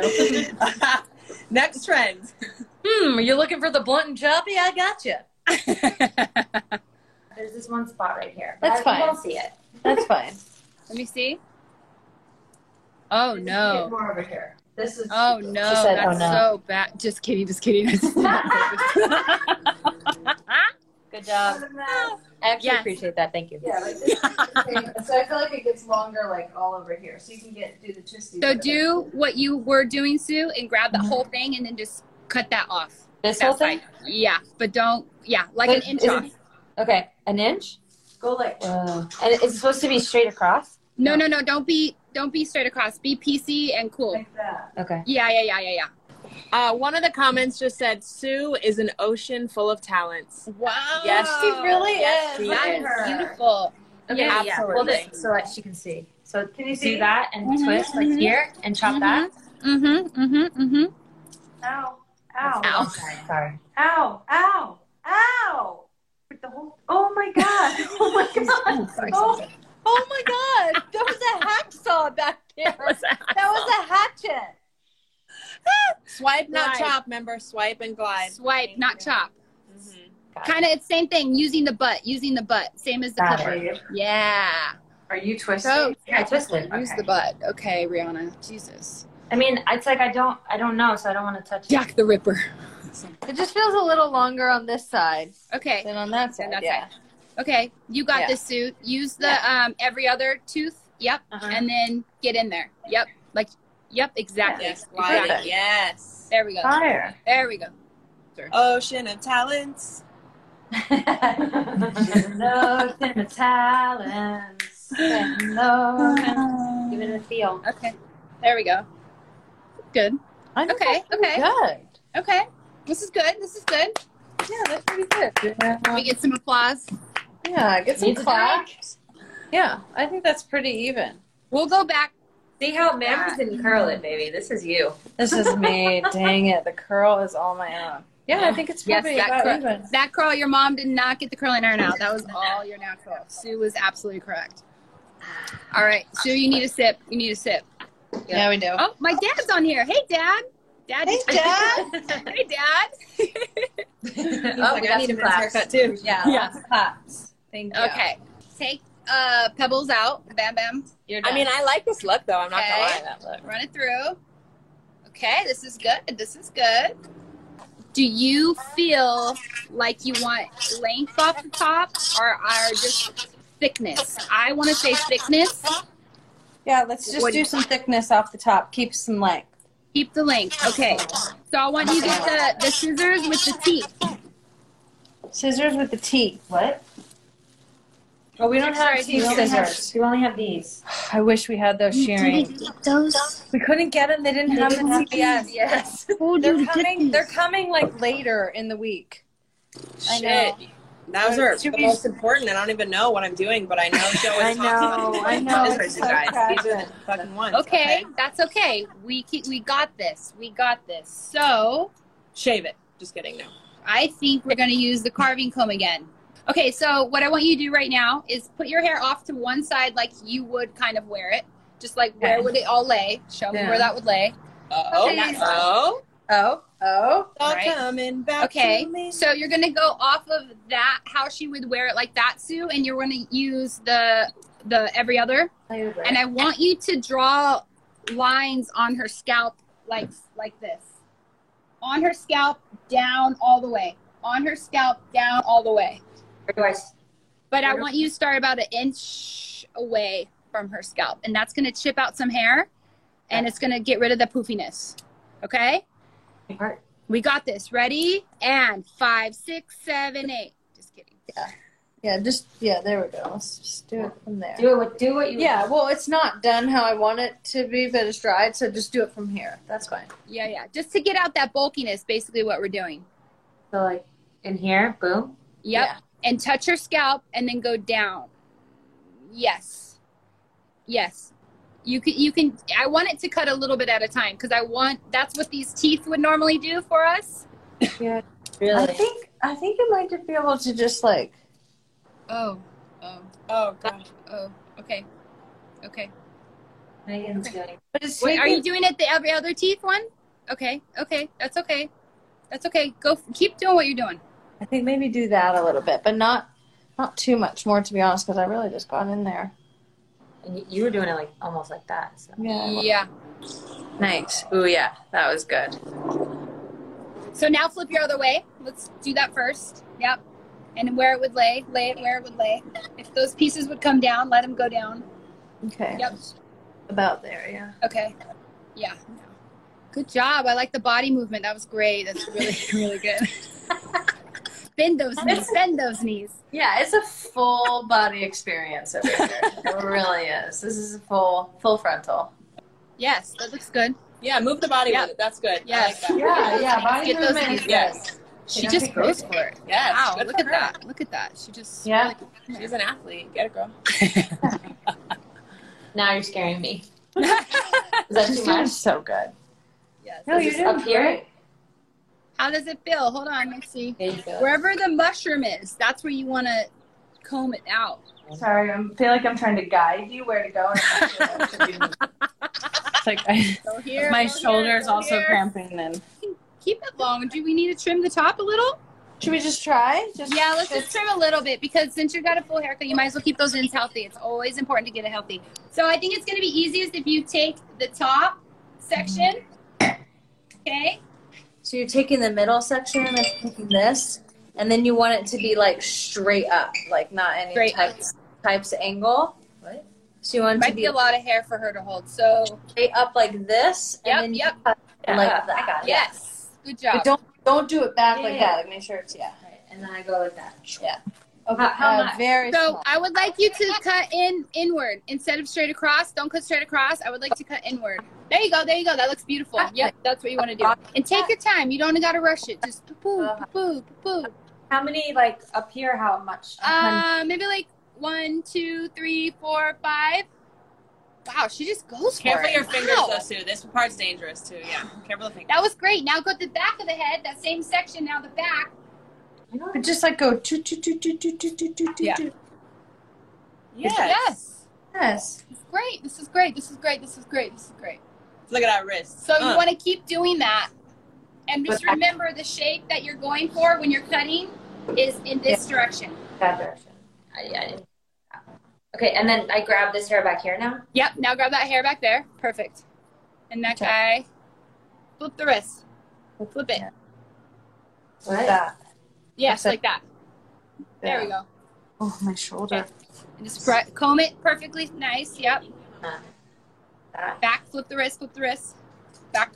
[SPEAKER 8] Next trend.
[SPEAKER 11] hmm. You're looking for the blunt and choppy? I got you.
[SPEAKER 5] Let
[SPEAKER 11] There's this one spot right here.
[SPEAKER 3] That's
[SPEAKER 11] I- you
[SPEAKER 3] fine.
[SPEAKER 11] don't see it.
[SPEAKER 3] That's fine.
[SPEAKER 5] me see. Oh no.
[SPEAKER 12] More over here. This is.
[SPEAKER 5] Oh no.
[SPEAKER 13] She said,
[SPEAKER 5] That's
[SPEAKER 13] "Oh, no."
[SPEAKER 5] so bad. Just kidding. Just kidding. I just-
[SPEAKER 2] Good job. I actually
[SPEAKER 5] Yes.
[SPEAKER 2] appreciate that. Thank you.
[SPEAKER 12] Yeah, like this is the thing. so I feel like it gets longer, like all over here, so you can get do the twisty.
[SPEAKER 5] so do what you were doing, Sue, and grab that whole thing and then just cut that off.
[SPEAKER 2] This
[SPEAKER 5] That
[SPEAKER 2] whole thing?
[SPEAKER 5] side. Yeah, but don't. Yeah, like
[SPEAKER 2] Wait,
[SPEAKER 5] an inch
[SPEAKER 2] is it-
[SPEAKER 5] off.
[SPEAKER 2] Okay, an inch?
[SPEAKER 12] go like
[SPEAKER 2] Whoa. And it's supposed to be straight across?
[SPEAKER 5] No, no, no. Don't be. Don't be straight across. Be PC and cool.
[SPEAKER 12] like that.
[SPEAKER 2] Okay.
[SPEAKER 5] Yeah, yeah, yeah, yeah,
[SPEAKER 8] Uh, one of the comments just said, Sue is an ocean full of talents.
[SPEAKER 5] yeah. Wow.
[SPEAKER 8] Yes, she really
[SPEAKER 12] Yes,
[SPEAKER 8] is.
[SPEAKER 12] she
[SPEAKER 5] That is
[SPEAKER 12] is.
[SPEAKER 5] beautiful.
[SPEAKER 2] Okay,
[SPEAKER 5] Yeah,
[SPEAKER 2] yeah. Hold it so that she can see. So
[SPEAKER 12] Can you
[SPEAKER 2] do
[SPEAKER 12] see
[SPEAKER 2] that and
[SPEAKER 5] Mhm,
[SPEAKER 2] twist like
[SPEAKER 5] mhm.
[SPEAKER 2] here and chop that.
[SPEAKER 5] Mhm, mhm, mhm.
[SPEAKER 12] Ow!
[SPEAKER 14] Oh,
[SPEAKER 12] Ow!
[SPEAKER 5] Ow.
[SPEAKER 2] Okay, sorry.
[SPEAKER 12] Ow! Ow! Ow! With the whole. Oh my god! Oh my god!
[SPEAKER 5] sorry,
[SPEAKER 12] Oh,
[SPEAKER 14] Oh my god, there was a hacksaw back there. That was a hatchet.
[SPEAKER 8] Swipe, not
[SPEAKER 5] Glide.
[SPEAKER 8] chop, member. Swipe and glide.
[SPEAKER 5] Swipe, not chop.
[SPEAKER 8] Mhm.
[SPEAKER 5] Kind of, it's same thing. Using the butt. Using the butt. Same as the
[SPEAKER 2] Got
[SPEAKER 5] clipper.
[SPEAKER 12] it.
[SPEAKER 5] Yeah.
[SPEAKER 12] Are you twisting?
[SPEAKER 5] So
[SPEAKER 2] Yeah, I twisted.
[SPEAKER 5] Oh. use
[SPEAKER 2] Okay.
[SPEAKER 5] the butt. Okay, Rihanna. Jesus.
[SPEAKER 2] I mean, it's like I don't I don't know, so I don't want to touch it.
[SPEAKER 5] Jack the Ripper.
[SPEAKER 14] It just feels a little longer on this side
[SPEAKER 5] Okay.
[SPEAKER 14] than on that side.
[SPEAKER 5] Than that
[SPEAKER 14] yeah.
[SPEAKER 5] Okay. You got
[SPEAKER 14] Yeah.
[SPEAKER 5] this, Sue. Use the um every other tooth. Yep. And then get in there. Yep. Like. Yep. Exactly.
[SPEAKER 8] Yes, glide.
[SPEAKER 5] Exactly.
[SPEAKER 8] Yes.
[SPEAKER 5] There we go.
[SPEAKER 2] Fire.
[SPEAKER 5] There we go.
[SPEAKER 8] Ocean of talents.
[SPEAKER 2] Look in the talents.
[SPEAKER 14] Oh,
[SPEAKER 2] Give it a feel.
[SPEAKER 5] Okay. There we go. Good.
[SPEAKER 14] I think
[SPEAKER 5] Okay,
[SPEAKER 14] that's pretty Good.
[SPEAKER 5] Okay. This is good. This is good.
[SPEAKER 14] Yeah, that's pretty good.
[SPEAKER 5] Can we get some applause?
[SPEAKER 14] Yeah, get some
[SPEAKER 2] Needs a
[SPEAKER 14] clap. Yeah, I think that's pretty even.
[SPEAKER 5] We'll go back.
[SPEAKER 2] See how Mammers didn't curl it, baby. This is you.
[SPEAKER 14] This is me. Dang it, the curl is all my own. Yeah, I think it's
[SPEAKER 5] Yes,
[SPEAKER 14] probably
[SPEAKER 5] that
[SPEAKER 14] about
[SPEAKER 5] cor-
[SPEAKER 14] even.
[SPEAKER 5] That curl, your mom did not get the curling iron out. That was all your natural. Sue was absolutely correct. All right, Sue, you need a sip. You need a sip.
[SPEAKER 14] Yeah. we do.
[SPEAKER 5] Oh, my dad's on here. Hey, dad. Dad.
[SPEAKER 14] Hey, Dad.
[SPEAKER 5] hey, dad.
[SPEAKER 8] He's
[SPEAKER 2] Oh, we
[SPEAKER 8] like,
[SPEAKER 2] got
[SPEAKER 8] I need a
[SPEAKER 2] some
[SPEAKER 8] men's
[SPEAKER 2] claps.
[SPEAKER 8] haircut too.
[SPEAKER 2] Yeah.
[SPEAKER 5] Yeah.
[SPEAKER 14] Claps. Thank you.
[SPEAKER 5] Okay. Take uh, pebbles out. Bam, bam.
[SPEAKER 2] You're done.
[SPEAKER 8] I mean, I like this look though. I'm not
[SPEAKER 5] Okay.
[SPEAKER 8] gonna lie. That look.
[SPEAKER 5] Run it through. Okay, this is good. This is good. Do you feel like you want length off the top or are just thickness? I want to say thickness.
[SPEAKER 14] Yeah, let's just
[SPEAKER 5] What-
[SPEAKER 14] do some thickness off the top. Keep some length.
[SPEAKER 5] Keep the length. Okay. So I want you to get the, the scissors with the teeth.
[SPEAKER 14] Scissors with the teeth.
[SPEAKER 2] what?
[SPEAKER 14] Oh, we don't have
[SPEAKER 5] Sorry,
[SPEAKER 14] teeth
[SPEAKER 5] you don't
[SPEAKER 14] scissors.
[SPEAKER 2] You only have these.
[SPEAKER 14] I wish we had those shearing.
[SPEAKER 5] Those.
[SPEAKER 14] We couldn't get them. They didn't have them. at CVS. Yes. They're coming. They're coming like later in the week. I know.
[SPEAKER 8] Shit. Those
[SPEAKER 14] Or
[SPEAKER 8] are
[SPEAKER 14] should
[SPEAKER 8] the
[SPEAKER 14] we-
[SPEAKER 8] most important. I don't even know what I'm doing, but I know Joe
[SPEAKER 14] I
[SPEAKER 8] is talking
[SPEAKER 14] know,
[SPEAKER 8] about
[SPEAKER 14] Oh, I know,
[SPEAKER 8] These are
[SPEAKER 14] it's
[SPEAKER 8] the
[SPEAKER 14] so
[SPEAKER 8] guys. These are
[SPEAKER 14] tragic.
[SPEAKER 8] the fucking ones.
[SPEAKER 5] Okay, that's okay. We keep, we got this. We got this. So
[SPEAKER 8] Shave it. Just kidding. No.
[SPEAKER 5] I think we're going to use the carving comb again. Okay, so what I want you to do right now is put your hair off to one side like you would kind of wear it. Just like where
[SPEAKER 14] Okay.
[SPEAKER 5] would it all lay? Show me where
[SPEAKER 14] Yeah.
[SPEAKER 5] that would lay.
[SPEAKER 8] Oh.
[SPEAKER 5] Okay.
[SPEAKER 8] Oh.
[SPEAKER 14] Oh, oh.
[SPEAKER 8] It's all
[SPEAKER 5] Right.
[SPEAKER 8] coming back
[SPEAKER 5] Okay,
[SPEAKER 8] to me.
[SPEAKER 5] so you're going to go off of that how she would wear it like that, Sue, and you're going to use the the every other. And I want you to draw lines on her scalp like like this. On her scalp down all the way. On her scalp down all the way.
[SPEAKER 2] Or do I s-
[SPEAKER 5] But I want you to start about an inch away from her scalp, and that's going to chip out some hair, and it's going to get rid of the poofiness. Okay,
[SPEAKER 2] Alright.
[SPEAKER 5] we got this. Ready? And five, six, seven, eight. Just kidding.
[SPEAKER 14] Yeah, just yeah. There we go. Let's just do it from there.
[SPEAKER 2] do it with do what you
[SPEAKER 14] Yeah, well, it's not done how I want it to be, but it's dried, so just do it from here. That's fine.
[SPEAKER 5] Yeah, yeah. Just to get out that bulkiness, basically what we're doing.
[SPEAKER 2] So like in here, boom.
[SPEAKER 5] Yep.
[SPEAKER 14] Yeah.
[SPEAKER 5] And touch her scalp, and then go down. Yes. Yes. You can. You can. I want it to cut a little bit at a time because I want. That's what these teeth would normally do for us.
[SPEAKER 14] I think I think you might just be able to just like
[SPEAKER 5] Oh. Oh.
[SPEAKER 8] Oh god.
[SPEAKER 5] Oh, okay. Okay.
[SPEAKER 2] Megan's doing.
[SPEAKER 14] but it's
[SPEAKER 5] Wait, are
[SPEAKER 14] taking-
[SPEAKER 5] you doing it the every other teeth one? Okay. Okay. That's okay. That's okay. Go f- keep doing what you're doing.
[SPEAKER 14] I think maybe do that a little bit, but not not too much more to be honest, because I really just got in there.
[SPEAKER 7] And you, you were doing it like almost like that. So.
[SPEAKER 5] Yeah.
[SPEAKER 14] Nice. Ooh, yeah, that was good.
[SPEAKER 5] So now flip your other way. Let's do that first. Yep. And where it would lay, lay it where it would lay. If those pieces would come down, let them go down.
[SPEAKER 14] Okay.
[SPEAKER 5] Yep.
[SPEAKER 14] About there, yeah.
[SPEAKER 5] Okay. Yeah. Good job. I like the body movement. That was great. That's really, really good. bend those knees. Bend those knees.
[SPEAKER 14] Yeah, it's a full body experience over here. it really is. This is a full full frontal.
[SPEAKER 5] Yes, that looks good.
[SPEAKER 8] Yeah, move the body with it. That's good.
[SPEAKER 5] Yes.
[SPEAKER 8] I like
[SPEAKER 7] Yeah,
[SPEAKER 8] that.
[SPEAKER 7] yeah, body
[SPEAKER 5] Get those
[SPEAKER 7] movement
[SPEAKER 5] knees.
[SPEAKER 7] is yes.
[SPEAKER 5] She just goes for it.
[SPEAKER 8] Yes.
[SPEAKER 5] Wow,
[SPEAKER 8] good
[SPEAKER 5] look
[SPEAKER 8] for
[SPEAKER 5] at
[SPEAKER 8] her.
[SPEAKER 5] that. Look at that. She just
[SPEAKER 7] Yeah.
[SPEAKER 8] She's an athlete. Get it, girl.
[SPEAKER 7] Now you're scaring me. is that too much?
[SPEAKER 14] so good.
[SPEAKER 5] Yes.
[SPEAKER 7] No, you're up here.
[SPEAKER 5] How does it feel? Hold on, let's see.
[SPEAKER 7] There you go.
[SPEAKER 5] Wherever the mushroom is, that's where you want to comb it out.
[SPEAKER 14] Sorry, I feel like I'm trying to guide you where to go. it's like I,
[SPEAKER 5] Go here.
[SPEAKER 14] my
[SPEAKER 5] go here,
[SPEAKER 14] shoulders
[SPEAKER 5] go
[SPEAKER 14] also
[SPEAKER 5] here.
[SPEAKER 14] cramping. Then
[SPEAKER 5] Keep it long. Do we need to trim the top a little?
[SPEAKER 14] should we just try? Just
[SPEAKER 5] Yeah, let's just trim a little bit because since you've got a full haircut, you might as well keep those ends healthy. It's always important to get it healthy. So I think it's going to be easiest if you take the top section. Okay.
[SPEAKER 7] So you're taking the middle section and taking this, and then you want it to be like straight up, like not any
[SPEAKER 5] Straight up.
[SPEAKER 7] types types of angle. What? So you want it to
[SPEAKER 5] Might
[SPEAKER 7] be
[SPEAKER 5] be a lot of hair for her to hold. So
[SPEAKER 7] straight up like this,
[SPEAKER 5] Yep,
[SPEAKER 7] and then
[SPEAKER 5] yep.
[SPEAKER 7] you cut it like
[SPEAKER 14] Yeah,
[SPEAKER 7] that.
[SPEAKER 5] yes, good job.
[SPEAKER 7] But don't don't do it back like
[SPEAKER 14] Yeah.
[SPEAKER 7] that. Like make sure it's yeah. And then I go like that. Yeah. Okay.
[SPEAKER 14] how
[SPEAKER 7] uh,
[SPEAKER 14] much?
[SPEAKER 7] very
[SPEAKER 5] So
[SPEAKER 7] small.
[SPEAKER 5] I would like you to cut in inward instead of straight across. Don't cut straight across. I would like to cut inward. There you go. There you go. That looks beautiful. Yep, that's what you want to do. And take your time. You don't got to rush it. Just poo poo poo poo.
[SPEAKER 7] How many like up here? How much?
[SPEAKER 5] Uh, maybe like one, two, three, four, five. Wow, she just goes for
[SPEAKER 8] Careful
[SPEAKER 5] it.
[SPEAKER 8] your fingers,
[SPEAKER 5] Wow.
[SPEAKER 8] though, too. This part's dangerous, too. Yeah. Careful the fingers.
[SPEAKER 5] That was great. Now go to the back of the head. That same section. Now the back.
[SPEAKER 14] But just like go toot toot toot toot toot toot toot toot.
[SPEAKER 5] Yeah.
[SPEAKER 14] toot.
[SPEAKER 8] Yes.
[SPEAKER 5] Yes.
[SPEAKER 14] Yes.
[SPEAKER 5] This is great. This is great. This is great. This is great. This is great.
[SPEAKER 8] Look at that wrist.
[SPEAKER 5] So
[SPEAKER 8] Uh.
[SPEAKER 5] you want to keep doing that. And just remember the shape that you're going for when you're cutting is in this direction.
[SPEAKER 7] that direction. I, I didn't. Okay, and then I grab this hair back here now.
[SPEAKER 5] Yep. Now grab that hair back there. Perfect. And that guy, flip the wrist. Flip it.
[SPEAKER 7] What? That.
[SPEAKER 5] Yes, like that. There we go.
[SPEAKER 14] Oh, my shoulder.
[SPEAKER 5] And just bri- comb it perfectly. Nice. Yep.
[SPEAKER 7] that.
[SPEAKER 5] Back. Flip the wrist. Flip the wrist. Back.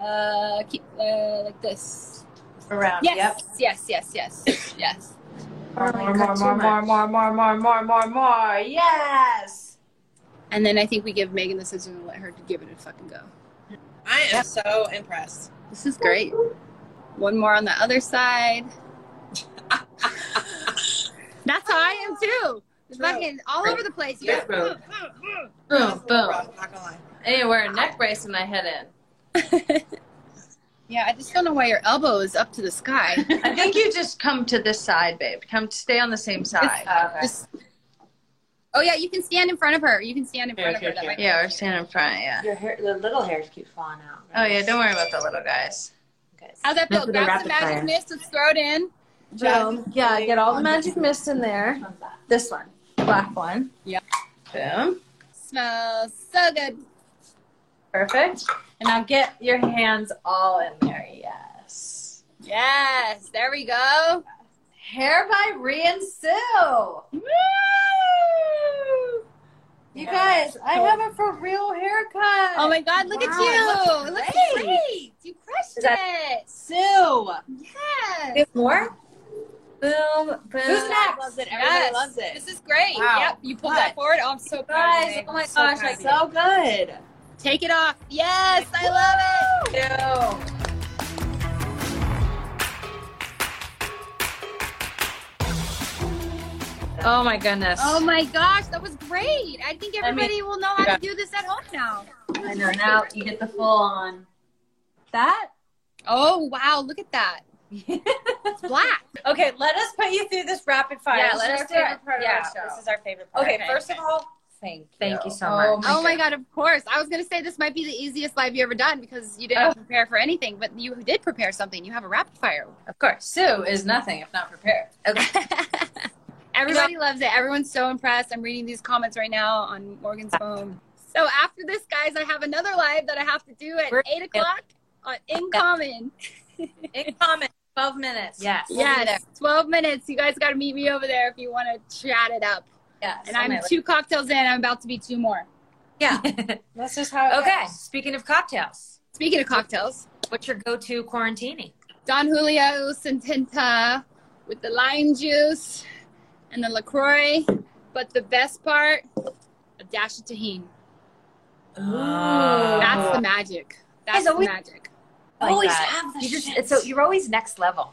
[SPEAKER 5] Uh, keep uh, like this.
[SPEAKER 14] Uh,
[SPEAKER 7] Around.
[SPEAKER 5] Yes. Yes. Yes. Yes. Yes.
[SPEAKER 7] More, more, more, more, more, more, more, more, more, more, more. Yes.
[SPEAKER 5] And then I think we give Megan the scissors and let her give it a fucking go.
[SPEAKER 8] I am so impressed.
[SPEAKER 5] This is great. One more on the other side. That's how I am too. Fucking all over the place. Yeah.
[SPEAKER 14] Boom, boom.
[SPEAKER 8] Rough, not gonna lie.
[SPEAKER 14] Anywhere, a neck brace and my head in.
[SPEAKER 5] yeah, I just don't know why your elbow is up to the sky.
[SPEAKER 14] I think you just come to this side, babe. Come stay on the same side.
[SPEAKER 7] Okay.
[SPEAKER 5] Just- oh yeah, you can stand in front of her. You can stand in front of her. That might-
[SPEAKER 14] Yeah, or stand in front. Yeah.
[SPEAKER 7] Your hair, the little hairs keep falling out.
[SPEAKER 14] Oh yeah, don't worry about the little guys.
[SPEAKER 7] Okay.
[SPEAKER 5] How's that
[SPEAKER 7] This is
[SPEAKER 5] feel?
[SPEAKER 7] a
[SPEAKER 5] Grab
[SPEAKER 7] rapid
[SPEAKER 5] some magic
[SPEAKER 7] fire.
[SPEAKER 5] mist. Let's throw it in.
[SPEAKER 7] Boom. Yeah, get all the magic mist in there. This one, black one.
[SPEAKER 14] Boom.
[SPEAKER 5] Smells so good.
[SPEAKER 14] Perfect. And now get your hands all in there. Yes.
[SPEAKER 5] Yes, there we go.
[SPEAKER 7] Hair by Ree and Sue. You guys, I have a for real haircut.
[SPEAKER 5] Oh my God, look
[SPEAKER 7] Wow,
[SPEAKER 5] at you! It looks
[SPEAKER 7] great.
[SPEAKER 5] great. You crushed
[SPEAKER 7] Is that-
[SPEAKER 5] it.
[SPEAKER 7] Sue.
[SPEAKER 5] Yes.
[SPEAKER 7] There's more? Boom, boom.
[SPEAKER 5] Who's next?
[SPEAKER 8] Loves it. Everybody
[SPEAKER 5] Yes.
[SPEAKER 8] loves it.
[SPEAKER 5] This is great.
[SPEAKER 8] Wow.
[SPEAKER 5] Yep, you pulled that forward. Oh, I'm so proud. of
[SPEAKER 7] Guys,
[SPEAKER 5] you.
[SPEAKER 7] oh my
[SPEAKER 5] So
[SPEAKER 7] gosh,
[SPEAKER 5] proud
[SPEAKER 7] like
[SPEAKER 5] of you.
[SPEAKER 7] so good.
[SPEAKER 5] Take it off. Yes, I love it.
[SPEAKER 14] Oh my goodness.
[SPEAKER 5] Oh my gosh, that was great. I think everybody will know how to do this at home now.
[SPEAKER 2] Oh,
[SPEAKER 7] I know now you get the full on. That?
[SPEAKER 5] Oh wow, look at that. It's black.
[SPEAKER 7] okay, let us put you through this rapid fire.
[SPEAKER 14] Yeah,
[SPEAKER 7] This
[SPEAKER 14] let
[SPEAKER 7] is
[SPEAKER 14] us
[SPEAKER 7] our
[SPEAKER 14] do it.
[SPEAKER 7] favorite part
[SPEAKER 14] Yeah,
[SPEAKER 7] of our show.
[SPEAKER 14] this
[SPEAKER 7] is our favorite part. Okay, first of all, thank you.
[SPEAKER 14] Thank you so
[SPEAKER 7] Oh
[SPEAKER 14] much.
[SPEAKER 5] Oh my god, of course. I was gonna say this might be the easiest live you ever done because you didn't prepare for anything, but you did prepare something. You have a rapid fire.
[SPEAKER 14] Of course, Sue is nothing if not prepared.
[SPEAKER 5] Okay. Everybody loves it. Everyone's so impressed. I'm reading these comments right now on Morgan's phone. So after this, guys, I have another live that I have to do at
[SPEAKER 2] We're-
[SPEAKER 5] eight o'clock on In Common.
[SPEAKER 2] In comment, 12 minutes.
[SPEAKER 14] Yes.
[SPEAKER 5] yes, twelve minutes. You guys got to meet me over there if you want to chat it up.
[SPEAKER 2] Yes.
[SPEAKER 5] And I'm two cocktails in. I'm about to be two more.
[SPEAKER 2] yeah.
[SPEAKER 14] That's just how. It
[SPEAKER 2] Okay.
[SPEAKER 14] goes.
[SPEAKER 2] Speaking of cocktails,
[SPEAKER 5] Speaking of cocktails,
[SPEAKER 2] what's your go to quarantini?
[SPEAKER 5] Don Julio Santenta with the lime juice and the Lacroix, but the best part, a dash of tahini. That's the magic. That's
[SPEAKER 2] Oh. Guys,
[SPEAKER 5] the
[SPEAKER 2] we-
[SPEAKER 5] magic.
[SPEAKER 2] Like
[SPEAKER 14] Always
[SPEAKER 2] that.
[SPEAKER 14] have the
[SPEAKER 2] you just,
[SPEAKER 14] shits.
[SPEAKER 2] it's so you're always next level.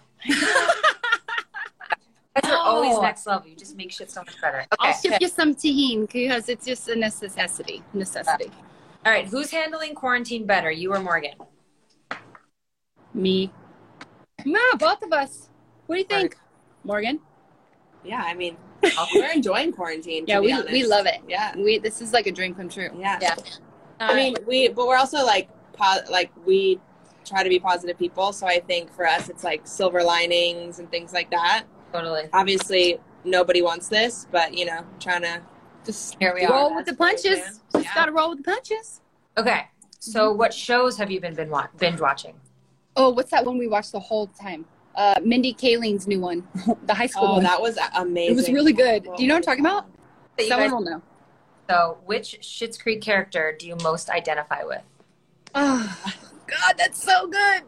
[SPEAKER 2] Guys are always
[SPEAKER 14] No.
[SPEAKER 2] next level. You just make shit so much better. Okay.
[SPEAKER 5] I'll ship you some tahini because it's just a necessity. Necessity.
[SPEAKER 2] All right. Who's handling quarantine better, you or Morgan?
[SPEAKER 5] Me. No, both of us. What do you think, Morgan?
[SPEAKER 8] Yeah, I mean, we're enjoying quarantine. to
[SPEAKER 5] Yeah,
[SPEAKER 8] be
[SPEAKER 5] we, we
[SPEAKER 8] honest.
[SPEAKER 5] love it.
[SPEAKER 8] Yeah,
[SPEAKER 5] We this is like a dream come true.
[SPEAKER 8] yeah,
[SPEAKER 2] Yeah.
[SPEAKER 8] I mean, we but we're also like po- like we try to be positive people. So I think for us, it's like silver linings and things like that.
[SPEAKER 2] Totally.
[SPEAKER 8] Obviously, nobody wants this, but you know, trying to just
[SPEAKER 2] Here we
[SPEAKER 5] roll
[SPEAKER 2] are.
[SPEAKER 5] with the punches. Just
[SPEAKER 8] Yeah.
[SPEAKER 5] gotta roll with the punches.
[SPEAKER 2] Okay. So,
[SPEAKER 14] mm-hmm.
[SPEAKER 2] what shows have you been been wa- binge watching?
[SPEAKER 5] Oh, what's that one we watched the whole time? Uh, Mindy Kaling's new one, the high school
[SPEAKER 8] oh,
[SPEAKER 5] one.
[SPEAKER 8] that was amazing.
[SPEAKER 5] It was really good. Do you know what I'm talking about?
[SPEAKER 2] That you
[SPEAKER 5] Someone
[SPEAKER 2] guys-
[SPEAKER 5] will know.
[SPEAKER 2] so, which Schitt's Creek character do you most identify with?
[SPEAKER 5] Oh, God, that's so good.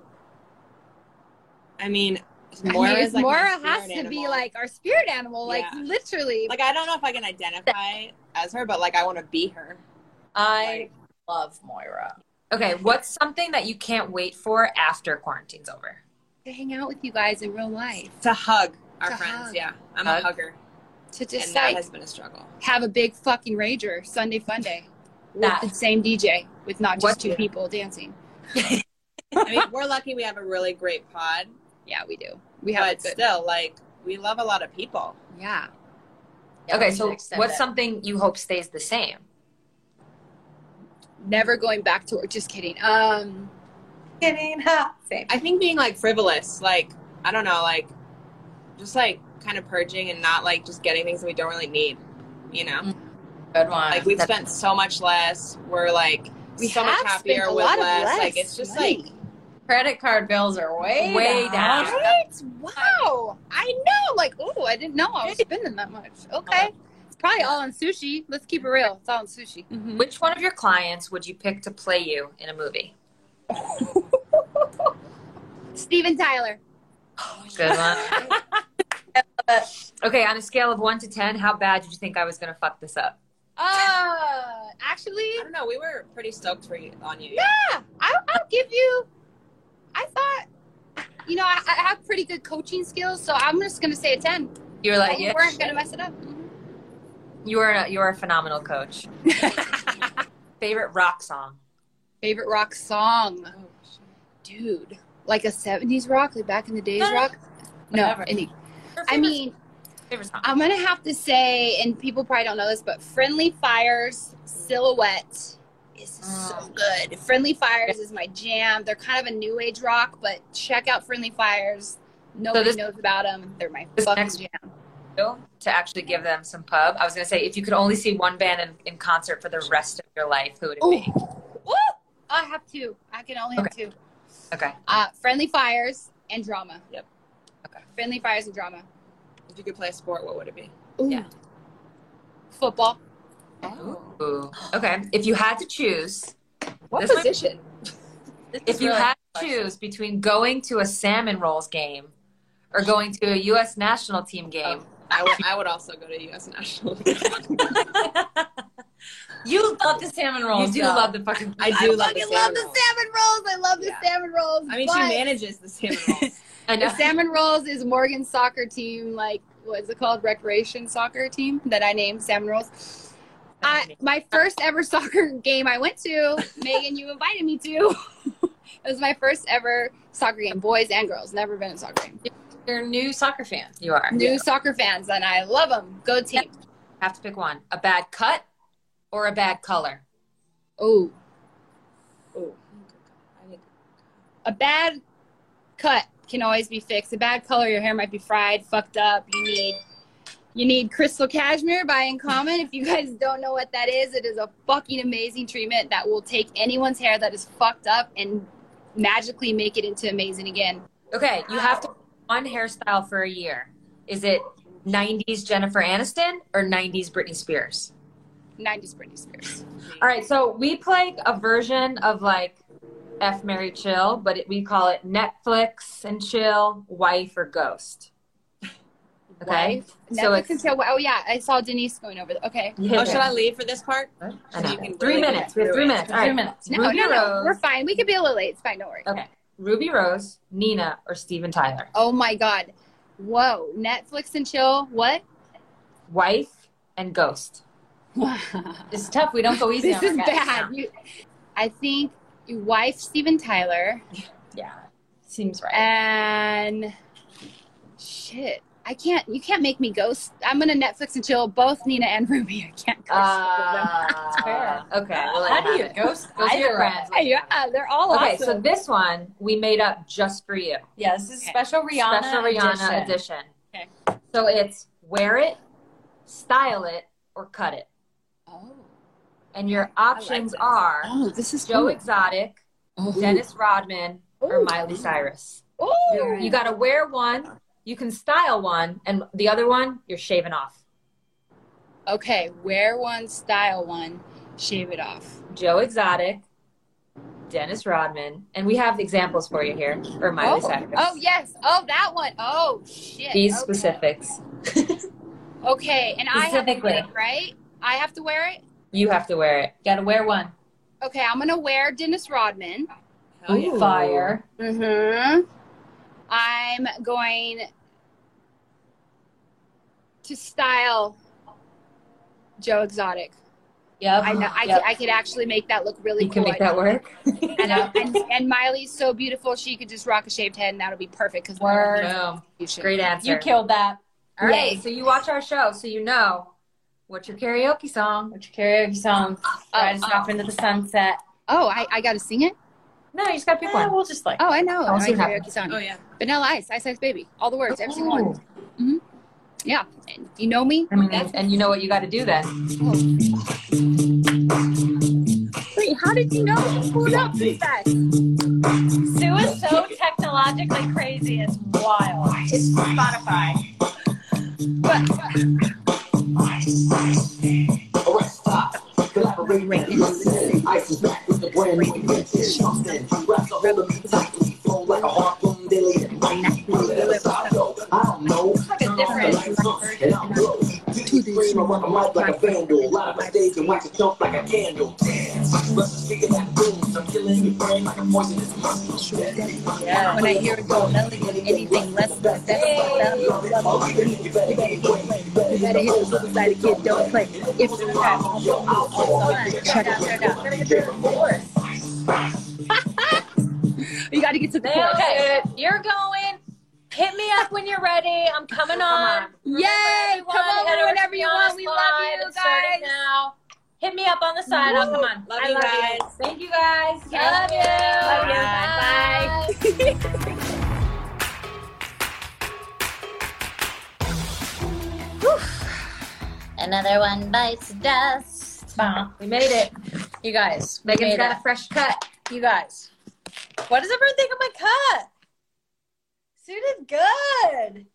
[SPEAKER 8] I mean,
[SPEAKER 5] I
[SPEAKER 8] Moira
[SPEAKER 5] mean,
[SPEAKER 8] is like my
[SPEAKER 5] Mora
[SPEAKER 8] spirit
[SPEAKER 5] has to be
[SPEAKER 8] animal.
[SPEAKER 5] like our spirit animal, like
[SPEAKER 8] Yeah.
[SPEAKER 5] literally.
[SPEAKER 8] like I don't know if I can identify as her, but like I want to be her.
[SPEAKER 14] I love Moira.
[SPEAKER 2] Okay. What's something that you can't wait for after quarantine's over?
[SPEAKER 5] to hang out with you guys in real life,
[SPEAKER 8] to hug our
[SPEAKER 5] To
[SPEAKER 8] friends.
[SPEAKER 5] hug.
[SPEAKER 8] Yeah, I'm
[SPEAKER 2] Hug.
[SPEAKER 8] a hugger,
[SPEAKER 5] to just
[SPEAKER 8] and
[SPEAKER 5] like
[SPEAKER 8] that has been a struggle.
[SPEAKER 5] have a big fucking rager Sunday fun day with
[SPEAKER 2] That-
[SPEAKER 5] the same DJ with not just
[SPEAKER 2] What-
[SPEAKER 5] two people dancing.
[SPEAKER 8] I mean, we're lucky we have a really great pod,
[SPEAKER 5] Yeah, we do. We have
[SPEAKER 8] but
[SPEAKER 5] it good.
[SPEAKER 8] still, like we love a lot of people.
[SPEAKER 5] Yeah.
[SPEAKER 14] Yeah,
[SPEAKER 2] okay.
[SPEAKER 14] we
[SPEAKER 2] So,
[SPEAKER 14] should extend
[SPEAKER 2] what's
[SPEAKER 14] it.
[SPEAKER 2] something you hope stays the same?
[SPEAKER 5] Never going back to work. Just kidding. Um,
[SPEAKER 14] Kidding, huh? Same.
[SPEAKER 8] I think being like frivolous, like I don't know, like just like kind of purging and not like just getting things that we don't really need. You know,
[SPEAKER 14] Mm. Good one.
[SPEAKER 8] like we've
[SPEAKER 2] that's-
[SPEAKER 8] spent so much less. We're like
[SPEAKER 5] we
[SPEAKER 8] so
[SPEAKER 5] have
[SPEAKER 8] much happier
[SPEAKER 5] spent a
[SPEAKER 8] with
[SPEAKER 5] lot of
[SPEAKER 8] less. Like it's just
[SPEAKER 5] money.
[SPEAKER 8] like
[SPEAKER 14] Credit card bills are way
[SPEAKER 2] Way down.
[SPEAKER 5] Right? Wow. I know. Like, oh, I didn't know I was spending that much. Okay. It's probably all on sushi. Let's keep it real. It's all on sushi.
[SPEAKER 8] Mm-hmm.
[SPEAKER 14] Mm-hmm.
[SPEAKER 2] Which one of your clients would you pick to play you in a movie?
[SPEAKER 5] Steven Tyler.
[SPEAKER 14] Oh,
[SPEAKER 2] Good one. okay, on a scale of one to ten, how bad did you think I was gonna fuck this up?
[SPEAKER 8] Ah!
[SPEAKER 5] Uh, actually,
[SPEAKER 8] I don't know. We were pretty stoked for you, on you.
[SPEAKER 5] yeah, I, I'll give you. I thought, you know, I, I have pretty good coaching skills, so I'm just going to say a 10.
[SPEAKER 2] You were like,
[SPEAKER 5] we
[SPEAKER 2] yeah,
[SPEAKER 5] weren't going to mess it up.
[SPEAKER 2] you are a, you are a phenomenal coach. Favorite rock song?
[SPEAKER 5] Favorite rock song? Oh, Dude, like a 70s rock, like back in the days
[SPEAKER 2] No, no,
[SPEAKER 5] rock? No,
[SPEAKER 2] whatever.
[SPEAKER 5] any.
[SPEAKER 2] Your
[SPEAKER 5] I
[SPEAKER 2] favorite-
[SPEAKER 5] mean,
[SPEAKER 2] favorite song.
[SPEAKER 5] I'm gonna have to say, and people probably don't know this, but Friendly Fires Silhouette is so
[SPEAKER 8] Mm.
[SPEAKER 5] good. Friendly Fires is my jam. They're kind of a new age rock, but check out Friendly Fires. Nobody
[SPEAKER 2] this-
[SPEAKER 5] knows about them. They're my
[SPEAKER 2] this
[SPEAKER 5] fucking
[SPEAKER 2] next-
[SPEAKER 5] jam.
[SPEAKER 2] to actually give them some pub, I was gonna say if you could only see one band in, in concert for the rest of your life, who would it be?
[SPEAKER 5] Ooh, Oh, I have two. I can only have two.
[SPEAKER 2] Okay,
[SPEAKER 5] Uh, Friendly Fires and Drama.
[SPEAKER 8] Yep.
[SPEAKER 2] Okay.
[SPEAKER 5] Friendly Fires and Drama.
[SPEAKER 8] If you could play a sport, what would it be?
[SPEAKER 5] Ooh.
[SPEAKER 2] Yeah.
[SPEAKER 5] Football.
[SPEAKER 14] Oh.
[SPEAKER 2] Ooh. okay. If you had to choose,
[SPEAKER 8] What
[SPEAKER 2] This might-
[SPEAKER 8] position?
[SPEAKER 2] if you had to choose between going to a salmon rolls game or going to a U.S. national team game,
[SPEAKER 8] I would. I would also go to U.S. National.
[SPEAKER 14] You love the salmon rolls.
[SPEAKER 2] you do
[SPEAKER 14] though.
[SPEAKER 2] love the fucking.
[SPEAKER 8] I do love,
[SPEAKER 5] fucking
[SPEAKER 8] the
[SPEAKER 5] love
[SPEAKER 8] salmon
[SPEAKER 5] the
[SPEAKER 8] roll.
[SPEAKER 5] salmon rolls. I love the
[SPEAKER 8] Yeah.
[SPEAKER 5] salmon rolls.
[SPEAKER 8] I mean,
[SPEAKER 5] but-
[SPEAKER 8] she manages the salmon rolls.
[SPEAKER 2] I
[SPEAKER 5] The
[SPEAKER 2] know.
[SPEAKER 5] Salmon Rolls is Morgan's soccer team, like what's it called, recreation soccer team that I named Salmon Rolls. I, my first ever soccer game I went to, Megan, you invited me to. it was my first ever soccer game, boys and girls. Never been in a soccer game.
[SPEAKER 14] You're a new soccer fan.
[SPEAKER 2] You are.
[SPEAKER 5] New soccer fans, and I love them. Go team!
[SPEAKER 2] Have to pick one. A bad cut or a bad color.
[SPEAKER 5] Oh,
[SPEAKER 8] Ooh.
[SPEAKER 5] a bad cut can always be fixed. A bad color, your hair might be fried, fucked up. You need You need Crystal Cashmere by Uncommon. If you guys don't know what that is, it is a fucking amazing treatment that will take anyone's hair that is fucked up and magically make it into amazing again.
[SPEAKER 2] Okay, you have to one hairstyle for a year. Is it 90s Jennifer Aniston or 90s Britney Spears?
[SPEAKER 5] 90s Britney Spears.
[SPEAKER 2] All right, so we play a version of like F Mary Chill, but it, we call it Netflix and Chill, Wife or Ghost. Okay?
[SPEAKER 5] Wife.
[SPEAKER 2] So
[SPEAKER 5] Netflix
[SPEAKER 2] it's
[SPEAKER 5] and Chill. Oh yeah, I saw Denise going over. The, okay.
[SPEAKER 2] Yeah.
[SPEAKER 8] Oh, should I leave for this part?
[SPEAKER 2] I know.
[SPEAKER 8] You can
[SPEAKER 2] three
[SPEAKER 8] really get
[SPEAKER 2] minutes. We have
[SPEAKER 8] through
[SPEAKER 2] three
[SPEAKER 8] it.
[SPEAKER 2] minutes. All right.
[SPEAKER 3] Three minutes.
[SPEAKER 5] No,
[SPEAKER 2] Ruby
[SPEAKER 5] no, no.
[SPEAKER 2] Rose.
[SPEAKER 5] We're fine. We could be a little late. It's fine. Don't worry.
[SPEAKER 2] Okay. Ruby Rose, Nina, or Steven Tyler?
[SPEAKER 5] Oh my God. Whoa. Netflix and chill. What?
[SPEAKER 2] Wife and Ghost. It's tough. We don't go easy
[SPEAKER 5] this
[SPEAKER 2] on our
[SPEAKER 5] is
[SPEAKER 2] guys.
[SPEAKER 5] bad. You, I think your wife, Steven Tyler,
[SPEAKER 2] Yeah. Seems
[SPEAKER 5] Uh,
[SPEAKER 2] right.
[SPEAKER 5] and shit. I can't. You can't make me ghost. I'm gonna Netflix and chill both Nina and Ruby. I can't ghost both
[SPEAKER 2] Uh, okay. We'll let it
[SPEAKER 14] How do you
[SPEAKER 2] happen.
[SPEAKER 14] ghost?
[SPEAKER 2] Those are your friends.
[SPEAKER 5] of them. Yeah, they're all
[SPEAKER 2] Okay,
[SPEAKER 5] awesome.
[SPEAKER 2] so this one we made up just for you.
[SPEAKER 14] Yeah, this is
[SPEAKER 5] Okay.
[SPEAKER 14] special Rihanna.
[SPEAKER 2] Special Rihanna
[SPEAKER 14] edition.
[SPEAKER 2] edition. Okay. So it's wear it, style it, or cut it.
[SPEAKER 5] Oh,
[SPEAKER 2] And your options are
[SPEAKER 5] oh, this is
[SPEAKER 2] Joe
[SPEAKER 5] good.
[SPEAKER 2] Exotic, Dennis Rodman, or Miley Cyrus.
[SPEAKER 5] Ooh.
[SPEAKER 2] You gotta wear one, you can style one, and the other one you're shaving off.
[SPEAKER 5] Okay, wear one, style one, shave it off.
[SPEAKER 2] Joe Exotic, Dennis Rodman, and we have examples for you here, or Miley
[SPEAKER 5] oh,
[SPEAKER 2] Cyrus.
[SPEAKER 5] oh yes. Oh, that one. Oh shit.
[SPEAKER 2] These
[SPEAKER 5] okay.
[SPEAKER 2] specifics.
[SPEAKER 5] Okay, and I have to
[SPEAKER 2] Specifically.
[SPEAKER 5] wear it, right? I have to wear it.
[SPEAKER 2] You have to wear it.
[SPEAKER 14] Gotta wear one.
[SPEAKER 5] Okay, I'm gonna wear Dennis Rodman.
[SPEAKER 14] Oh,
[SPEAKER 8] Hell yeah.
[SPEAKER 14] Fire.
[SPEAKER 5] Mm-hmm. I'm going to style Joe Exotic.
[SPEAKER 14] Yep.
[SPEAKER 5] I know I,
[SPEAKER 14] Yep.
[SPEAKER 5] could, I could actually make that look really
[SPEAKER 2] You can
[SPEAKER 5] cool.
[SPEAKER 2] make that work.
[SPEAKER 5] And, I- and, and Miley's so beautiful, she could just rock a shaved head, and that'll be perfect. Because
[SPEAKER 14] Word.
[SPEAKER 2] Boom.
[SPEAKER 5] you should.
[SPEAKER 2] Great answer.
[SPEAKER 14] You killed that.
[SPEAKER 2] All right,
[SPEAKER 5] Yay.
[SPEAKER 2] so you watch our show, so you know what's your karaoke song.
[SPEAKER 14] What's your karaoke song? Uh, Ride us
[SPEAKER 5] oh.
[SPEAKER 14] off into the sunset.
[SPEAKER 5] Oh, I, I got to sing it.
[SPEAKER 2] No, you just gotta pick
[SPEAKER 14] Yeah,
[SPEAKER 2] one.
[SPEAKER 14] uh, we'll just like.
[SPEAKER 5] Oh, I know.
[SPEAKER 2] I'll
[SPEAKER 5] I
[SPEAKER 2] sing that
[SPEAKER 5] karaoke song.
[SPEAKER 8] Oh yeah.
[SPEAKER 5] Vanilla Ice, Ice Ice Baby, all the words, every single one.
[SPEAKER 2] Ooh.
[SPEAKER 5] Yeah, and you know me.
[SPEAKER 2] Oh. I mean, and you know what you gotta do then.
[SPEAKER 5] Wait, how did you know? You pulled up this fast.
[SPEAKER 14] Sue is so technologically crazy. It's wild. It's Spotify.
[SPEAKER 5] When I hear a go melody, anything less than that's what I love. You better get away. You better hit the flip side, kid, don't play. If you have a check it out. You got to get to the chorus.
[SPEAKER 14] Okay, you're going. Hit me up when you're ready. I'm coming on.
[SPEAKER 5] Yay! Come
[SPEAKER 14] Everyone,
[SPEAKER 5] over
[SPEAKER 14] Heather
[SPEAKER 5] whenever you
[SPEAKER 14] Rihanna's
[SPEAKER 5] want. We love
[SPEAKER 14] live.
[SPEAKER 5] you
[SPEAKER 14] It's starting
[SPEAKER 5] guys.
[SPEAKER 14] now. Hit me up on the side. I'll come on.
[SPEAKER 8] Love
[SPEAKER 14] I
[SPEAKER 8] you
[SPEAKER 14] love
[SPEAKER 8] guys.
[SPEAKER 14] you. Thank you guys.
[SPEAKER 5] Yeah.
[SPEAKER 14] I love you.
[SPEAKER 5] Love you.
[SPEAKER 14] Bye.
[SPEAKER 5] Bye.
[SPEAKER 15] Another one bites the dust.
[SPEAKER 14] We made it. You guys. we
[SPEAKER 2] Megan's
[SPEAKER 14] made
[SPEAKER 2] got
[SPEAKER 14] it.
[SPEAKER 2] a fresh cut.
[SPEAKER 14] You guys. What does everyone think of my cut? Sue did good.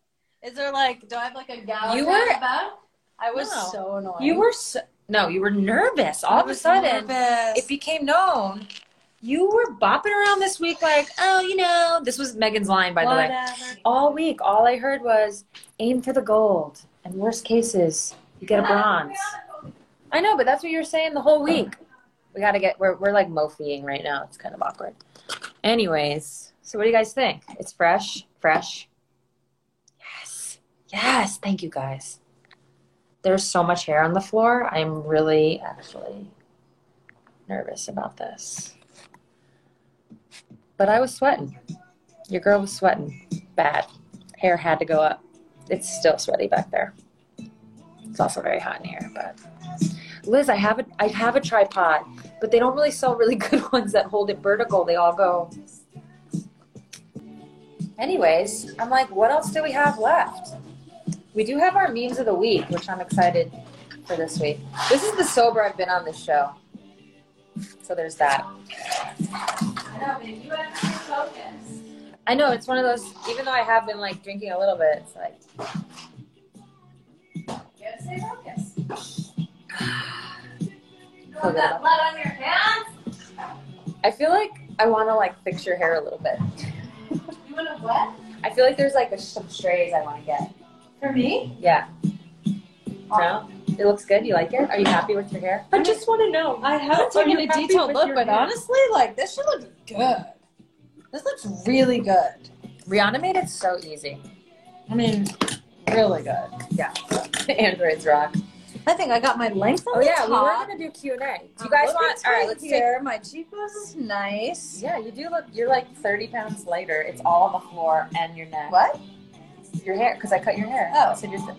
[SPEAKER 14] Is there like, do I have like a gouge?
[SPEAKER 2] You
[SPEAKER 14] on
[SPEAKER 2] were-
[SPEAKER 14] the back? I was
[SPEAKER 2] No.
[SPEAKER 14] so annoyed.
[SPEAKER 2] You were so, no, you were nervous. All of a sudden, it became known. You were bopping around this week like, oh, you know, this was Megan's line, by the way. All week, all I heard was aim for the gold, and worst cases, you get a bronze. I know, but that's what you were saying the whole week. We gotta get. We're we're like mofying right now. It's kind of awkward. Anyways, so what do you guys think? It's fresh, fresh. Yes, yes. Thank you guys. There's so much hair on the floor. I'm really actually nervous about this. But I was sweating. Your girl was sweating bad. Hair had to go up. It's still sweaty back there. It's also very hot in here, but Liz, I have a I have a tripod, but they don't really sell really good ones that hold it vertical. They all go. Anyways, I'm like, what else do we have left? We do have our memes of the week, which I'm excited for this week. This is the sober I've been on this show. So there's that. I know, it's one of those, even though I have been like drinking a little bit, it's like. Feel good about it. I feel like I want to like fix your hair a little bit.
[SPEAKER 14] You want to what?
[SPEAKER 2] I feel like there's like a, some strays I want to get.
[SPEAKER 14] For me?
[SPEAKER 2] Yeah. No? It looks good. You like it? Are you happy with your hair?
[SPEAKER 7] I just want to know.
[SPEAKER 3] I haven't
[SPEAKER 7] Are
[SPEAKER 3] taken
[SPEAKER 7] you
[SPEAKER 3] a
[SPEAKER 7] happy
[SPEAKER 3] detailed
[SPEAKER 7] with
[SPEAKER 3] look,
[SPEAKER 7] your
[SPEAKER 3] but
[SPEAKER 7] hair?
[SPEAKER 14] uh,
[SPEAKER 3] honestly, like this shit looks good. This looks really good.
[SPEAKER 2] Rihanna made it so easy.
[SPEAKER 3] I mean, really good.
[SPEAKER 2] Androids rock.
[SPEAKER 3] I think I got my length on
[SPEAKER 2] Oh
[SPEAKER 3] the
[SPEAKER 2] yeah, we were
[SPEAKER 3] top.
[SPEAKER 2] gonna do Q and A. Do you guys want? All right, let's take.
[SPEAKER 3] here. My cheekbones is nice.
[SPEAKER 2] Yeah, you do look. You're like 30 pounds lighter. It's all on the floor and your neck.
[SPEAKER 3] What?
[SPEAKER 2] Your hair, because I cut your hair.
[SPEAKER 3] Oh.
[SPEAKER 2] so you're. thin.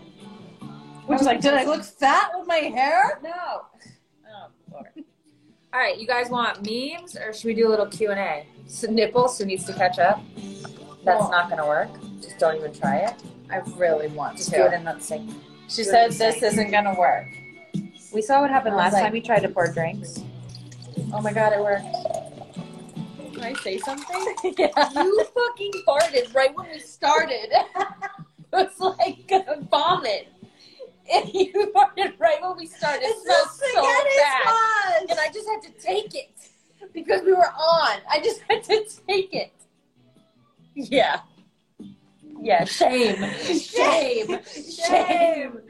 [SPEAKER 3] Which like, did I look fat with my hair?
[SPEAKER 2] No. Oh Lord. All right, you guys want memes or should we do a little Q and A? So nipples who needs to catch up? That's
[SPEAKER 3] Oh.
[SPEAKER 2] not gonna work. Just don't even try it.
[SPEAKER 3] I really want
[SPEAKER 2] Just do it in that sink.
[SPEAKER 3] She
[SPEAKER 2] said
[SPEAKER 3] this isn't gonna work.
[SPEAKER 2] We saw what happened
[SPEAKER 3] I was
[SPEAKER 2] last
[SPEAKER 3] like-
[SPEAKER 2] time we tried to pour drinks. Oh my god, it worked.
[SPEAKER 8] Can I say something?
[SPEAKER 14] You fucking farted right when we started. It's like gonna vomit. And you farted right when we started. It smells so bad. And I just had to take it because we were on. I just had to take it.
[SPEAKER 2] Yeah. Yeah, shame.
[SPEAKER 14] Shame. Oh,
[SPEAKER 2] Shame.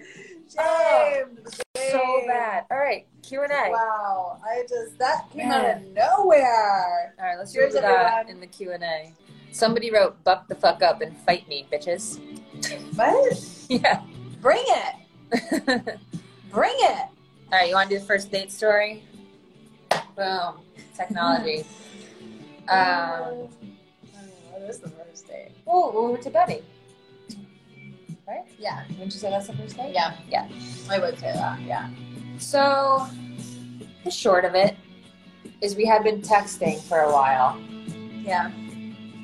[SPEAKER 3] Oh, Shame.
[SPEAKER 2] So bad. All right, Q and A.
[SPEAKER 3] Wow,
[SPEAKER 2] All
[SPEAKER 3] I just that came out of nowhere.
[SPEAKER 2] right, let's
[SPEAKER 3] Cheers,
[SPEAKER 2] do that
[SPEAKER 3] everyone.
[SPEAKER 2] in the Q and A. Somebody wrote, "Buck the fuck up and fight me, bitches."
[SPEAKER 3] What?
[SPEAKER 2] Yeah.
[SPEAKER 3] Bring it.
[SPEAKER 2] All
[SPEAKER 3] Bring it.
[SPEAKER 2] right, you want to do the first date story? Boom. Technology. um.
[SPEAKER 3] What is Oh, the first date?
[SPEAKER 2] Oh, we went to Betty.
[SPEAKER 3] Yeah,
[SPEAKER 2] Wouldn't you say that's the first date?
[SPEAKER 3] yeah,
[SPEAKER 2] Yeah.
[SPEAKER 3] I would say that. Yeah.
[SPEAKER 2] So, the short of it is we had been texting for a while,
[SPEAKER 3] Yeah.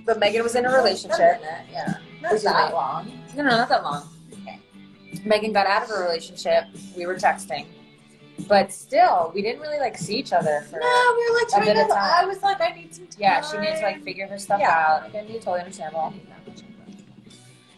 [SPEAKER 2] but Megan was in a relationship.
[SPEAKER 3] Yeah.
[SPEAKER 2] Not that
[SPEAKER 3] long.
[SPEAKER 2] No, no, not that long. Megan got out of her relationship. We were texting, but still, we didn't really like see each other for.
[SPEAKER 3] No, we were like
[SPEAKER 2] A bit
[SPEAKER 3] trying
[SPEAKER 2] of
[SPEAKER 3] to.
[SPEAKER 2] time.
[SPEAKER 3] I was like, I need some time.
[SPEAKER 2] Yeah, she needed to like figure her stuff
[SPEAKER 3] Yeah.
[SPEAKER 2] out. Like, I knew totally understandable.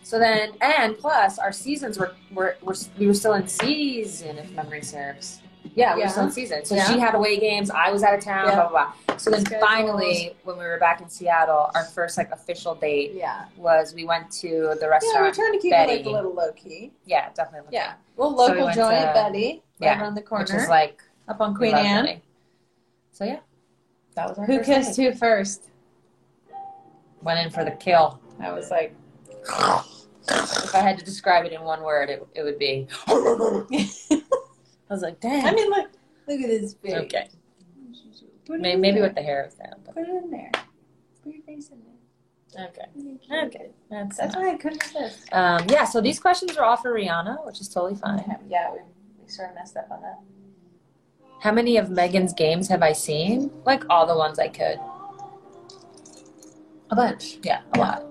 [SPEAKER 2] So then, and plus, our seasons were, were, were we were still in season, if memory serves. Yeah, we were still in season. So
[SPEAKER 3] Yeah.
[SPEAKER 2] she had away games. I was out of town.
[SPEAKER 3] Yeah.
[SPEAKER 2] Blah blah blah. So then, finally, when we were back in Seattle, our first like official date
[SPEAKER 3] Yeah.
[SPEAKER 2] was we went to the
[SPEAKER 3] Yeah, we're
[SPEAKER 2] restaurant.
[SPEAKER 3] trying to keep it like
[SPEAKER 2] Betty.
[SPEAKER 3] a little low key.
[SPEAKER 2] Yeah, definitely.
[SPEAKER 3] Yeah. Well,
[SPEAKER 2] So we
[SPEAKER 3] local
[SPEAKER 2] went
[SPEAKER 3] joint,
[SPEAKER 2] to-
[SPEAKER 3] Betty, right
[SPEAKER 2] Yeah,
[SPEAKER 3] around the
[SPEAKER 2] which
[SPEAKER 3] corner,
[SPEAKER 2] is like
[SPEAKER 3] up on Queen Anne.
[SPEAKER 2] lovely. So yeah, that was our
[SPEAKER 3] Who
[SPEAKER 2] first
[SPEAKER 3] kissed
[SPEAKER 2] date.
[SPEAKER 3] who first?
[SPEAKER 2] Went in for the kill.
[SPEAKER 3] I was like,
[SPEAKER 2] If I had to describe it in one word, it, it would be. I was like, dang.
[SPEAKER 3] I mean, look, look at this face.
[SPEAKER 2] okay.
[SPEAKER 3] Put it
[SPEAKER 2] May-
[SPEAKER 3] in
[SPEAKER 2] Maybe
[SPEAKER 3] there.
[SPEAKER 2] with the hair was down.
[SPEAKER 3] Put it in there. Put your face in
[SPEAKER 2] But okay.
[SPEAKER 3] there.
[SPEAKER 2] Okay. That's,
[SPEAKER 3] That's why I couldn't resist.
[SPEAKER 2] um, yeah. So these questions are all for Rihanna, which is totally fine.
[SPEAKER 3] Yeah, we, we sort of messed up on that.
[SPEAKER 2] How many of Megan's games have I seen? Like all the ones I could.
[SPEAKER 3] A bunch.
[SPEAKER 2] Yeah, a lot.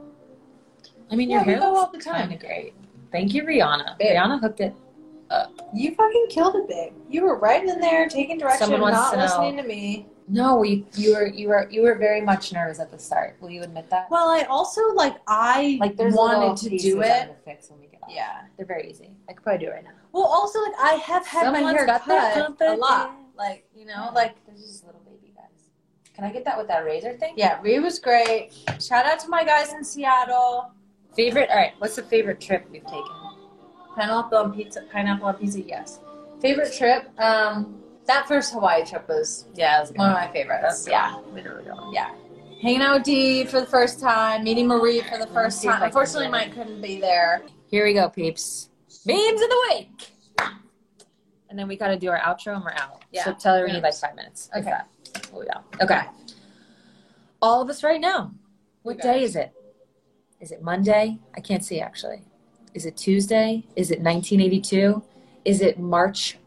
[SPEAKER 2] I mean,
[SPEAKER 3] Yeah,
[SPEAKER 2] your
[SPEAKER 3] we
[SPEAKER 2] hair
[SPEAKER 3] go
[SPEAKER 2] looks
[SPEAKER 3] all the time.
[SPEAKER 2] kinda great. Thank you, Rihanna.
[SPEAKER 3] Babe.
[SPEAKER 2] Rihanna hooked it.
[SPEAKER 3] You fucking killed it, babe. You were right in there, taking direction,
[SPEAKER 2] Someone wants
[SPEAKER 3] not
[SPEAKER 2] to know.
[SPEAKER 3] listening to me.
[SPEAKER 2] No, we, you were you were you were very much nervous at the start. Will you admit that?
[SPEAKER 3] Well, I also like I
[SPEAKER 2] Like there's little
[SPEAKER 3] wanted to
[SPEAKER 2] pieces
[SPEAKER 3] do
[SPEAKER 2] I
[SPEAKER 3] it.
[SPEAKER 2] will Fix when we get off.
[SPEAKER 3] Yeah.
[SPEAKER 2] They're very easy. I could probably do it right now.
[SPEAKER 3] Well, also like I have had my
[SPEAKER 2] Someone's
[SPEAKER 3] hair
[SPEAKER 2] got their
[SPEAKER 3] cut a
[SPEAKER 2] confidence.
[SPEAKER 3] lot. Like you know, like
[SPEAKER 2] There's just little baby guys. Can I get that with that razor thing?
[SPEAKER 3] yeah, Ree was great. Shout out to my guys in Seattle.
[SPEAKER 2] Favorite. All right. What's the favorite trip we've taken?
[SPEAKER 3] Pineapple on pizza. Pineapple on pizza. Yes. Favorite trip. Um, that first Hawaii trip was
[SPEAKER 2] Yeah, that was
[SPEAKER 3] one of my favorites.
[SPEAKER 2] That's good.
[SPEAKER 3] Yeah.
[SPEAKER 2] We really don't.
[SPEAKER 3] Hanging out with Dee for the first time, meeting Marie for the first
[SPEAKER 2] see if
[SPEAKER 3] time.
[SPEAKER 2] I can
[SPEAKER 3] Unfortunately,
[SPEAKER 2] do it.
[SPEAKER 3] Mike couldn't be there.
[SPEAKER 2] Here we go, peeps. Memes of the week. And then we gotta do our outro and we're out.
[SPEAKER 3] Yeah.
[SPEAKER 2] So tell her we need like five minutes. if
[SPEAKER 3] Okay.
[SPEAKER 2] that. We'll be out. Okay. All of us right now. What day is it? Is it Monday? I can't see actually. Is it Tuesday? Is it 1982? Is it March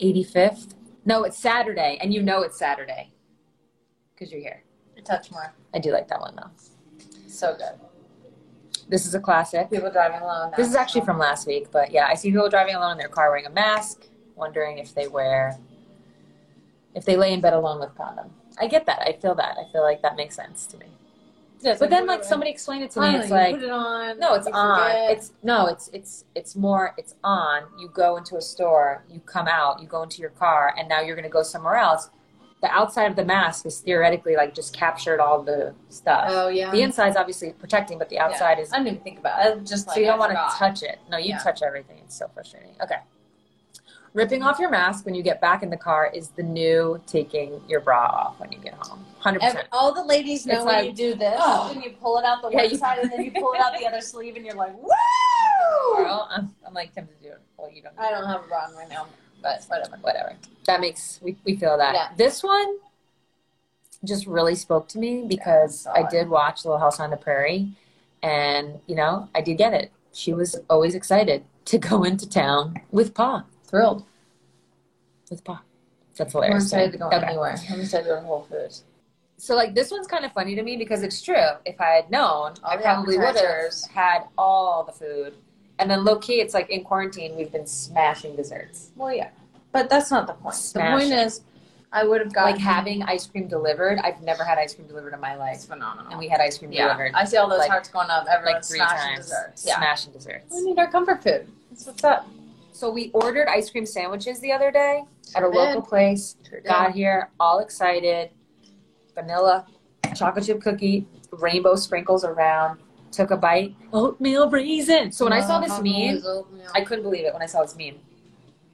[SPEAKER 2] 85th? No, it's Saturday, and you know it's Saturday because you're here.
[SPEAKER 3] A touch more.
[SPEAKER 2] I do like that one though.
[SPEAKER 3] So good.
[SPEAKER 2] This is a classic.
[SPEAKER 7] People driving alone.
[SPEAKER 2] This is actually from last week, but yeah, I see people driving alone in their car wearing a mask, wondering if they wear, if they lay in bed alone with condom. I get that. I feel that. I feel like that makes sense to me.
[SPEAKER 7] Yes,
[SPEAKER 2] But then, like somebody explained it to me,
[SPEAKER 7] Finally,
[SPEAKER 2] it's
[SPEAKER 7] you
[SPEAKER 2] like
[SPEAKER 7] put it on.
[SPEAKER 2] no, it's
[SPEAKER 7] you
[SPEAKER 2] on.
[SPEAKER 7] forget.
[SPEAKER 2] It's no, it's it's it's more. It's on. You go into a store, you come out, you go into your car, and now you're gonna go somewhere else. The outside of the mask is theoretically like just captured all the stuff.
[SPEAKER 3] Oh yeah.
[SPEAKER 2] The inside's obviously protecting, but the outside is
[SPEAKER 7] I didn't even think about it. I just like,
[SPEAKER 2] so you don't
[SPEAKER 7] I
[SPEAKER 2] want to
[SPEAKER 7] forgot.
[SPEAKER 2] touch it. No, you
[SPEAKER 3] Yeah.
[SPEAKER 2] touch everything. It's so frustrating. Okay. Ripping off your mask when you get back in the car is the new taking your bra off when you get home. 100%.
[SPEAKER 3] Ev- all the ladies know
[SPEAKER 2] It's
[SPEAKER 3] when
[SPEAKER 2] like,
[SPEAKER 3] you do this, and you pull it out the
[SPEAKER 2] Yeah,
[SPEAKER 3] one
[SPEAKER 2] you-
[SPEAKER 3] side, and then oh. you pull it out the other sleeve, and you're like, "Woo!"
[SPEAKER 2] Girl, I'm, I'm like tempted to do it. Well, you don't.
[SPEAKER 3] I don't have a on right now, but whatever.
[SPEAKER 2] Whatever. That makes, we, we feel that.
[SPEAKER 3] Yeah.
[SPEAKER 2] This one just really spoke to me because I did watch Little House on the Prairie and, you know, I did get it. She was always excited to go into town with Pa.
[SPEAKER 3] Thrilled.
[SPEAKER 2] With Pa.
[SPEAKER 3] I'm
[SPEAKER 2] That's hilarious.
[SPEAKER 3] excited to go
[SPEAKER 2] Okay.
[SPEAKER 3] anywhere. I'm excited to go to Whole Foods.
[SPEAKER 2] So like this one's kind of funny to me because it's true. If I had known, I
[SPEAKER 3] the
[SPEAKER 2] probably would have
[SPEAKER 3] appetizers.
[SPEAKER 2] had all the food. And then low key, it's like in quarantine, we've been smashing desserts,
[SPEAKER 3] Well, yeah, but that's not the point.
[SPEAKER 2] Smash
[SPEAKER 3] The point is, I would have gotten
[SPEAKER 2] like having ice cream delivered. I've never had ice cream delivered in my
[SPEAKER 3] It's
[SPEAKER 2] life,
[SPEAKER 3] phenomenal.
[SPEAKER 2] and we had ice cream
[SPEAKER 3] yeah,
[SPEAKER 2] delivered
[SPEAKER 3] I see all those
[SPEAKER 2] like-
[SPEAKER 3] hearts going up. Everyone's
[SPEAKER 2] like three
[SPEAKER 3] smashing
[SPEAKER 2] times.
[SPEAKER 3] desserts. Yeah,
[SPEAKER 2] Smashing desserts.
[SPEAKER 3] we need our comfort food. That's what's up.
[SPEAKER 2] So we ordered ice cream sandwiches the other day at a
[SPEAKER 3] Sure did.
[SPEAKER 2] local place.
[SPEAKER 3] did.
[SPEAKER 2] Got here all excited, vanilla, chocolate chip cookie, rainbow sprinkles around. Took a bite, oatmeal raisin. So when I
[SPEAKER 3] Oh,
[SPEAKER 2] saw this meme, I couldn't believe it when I saw this meme.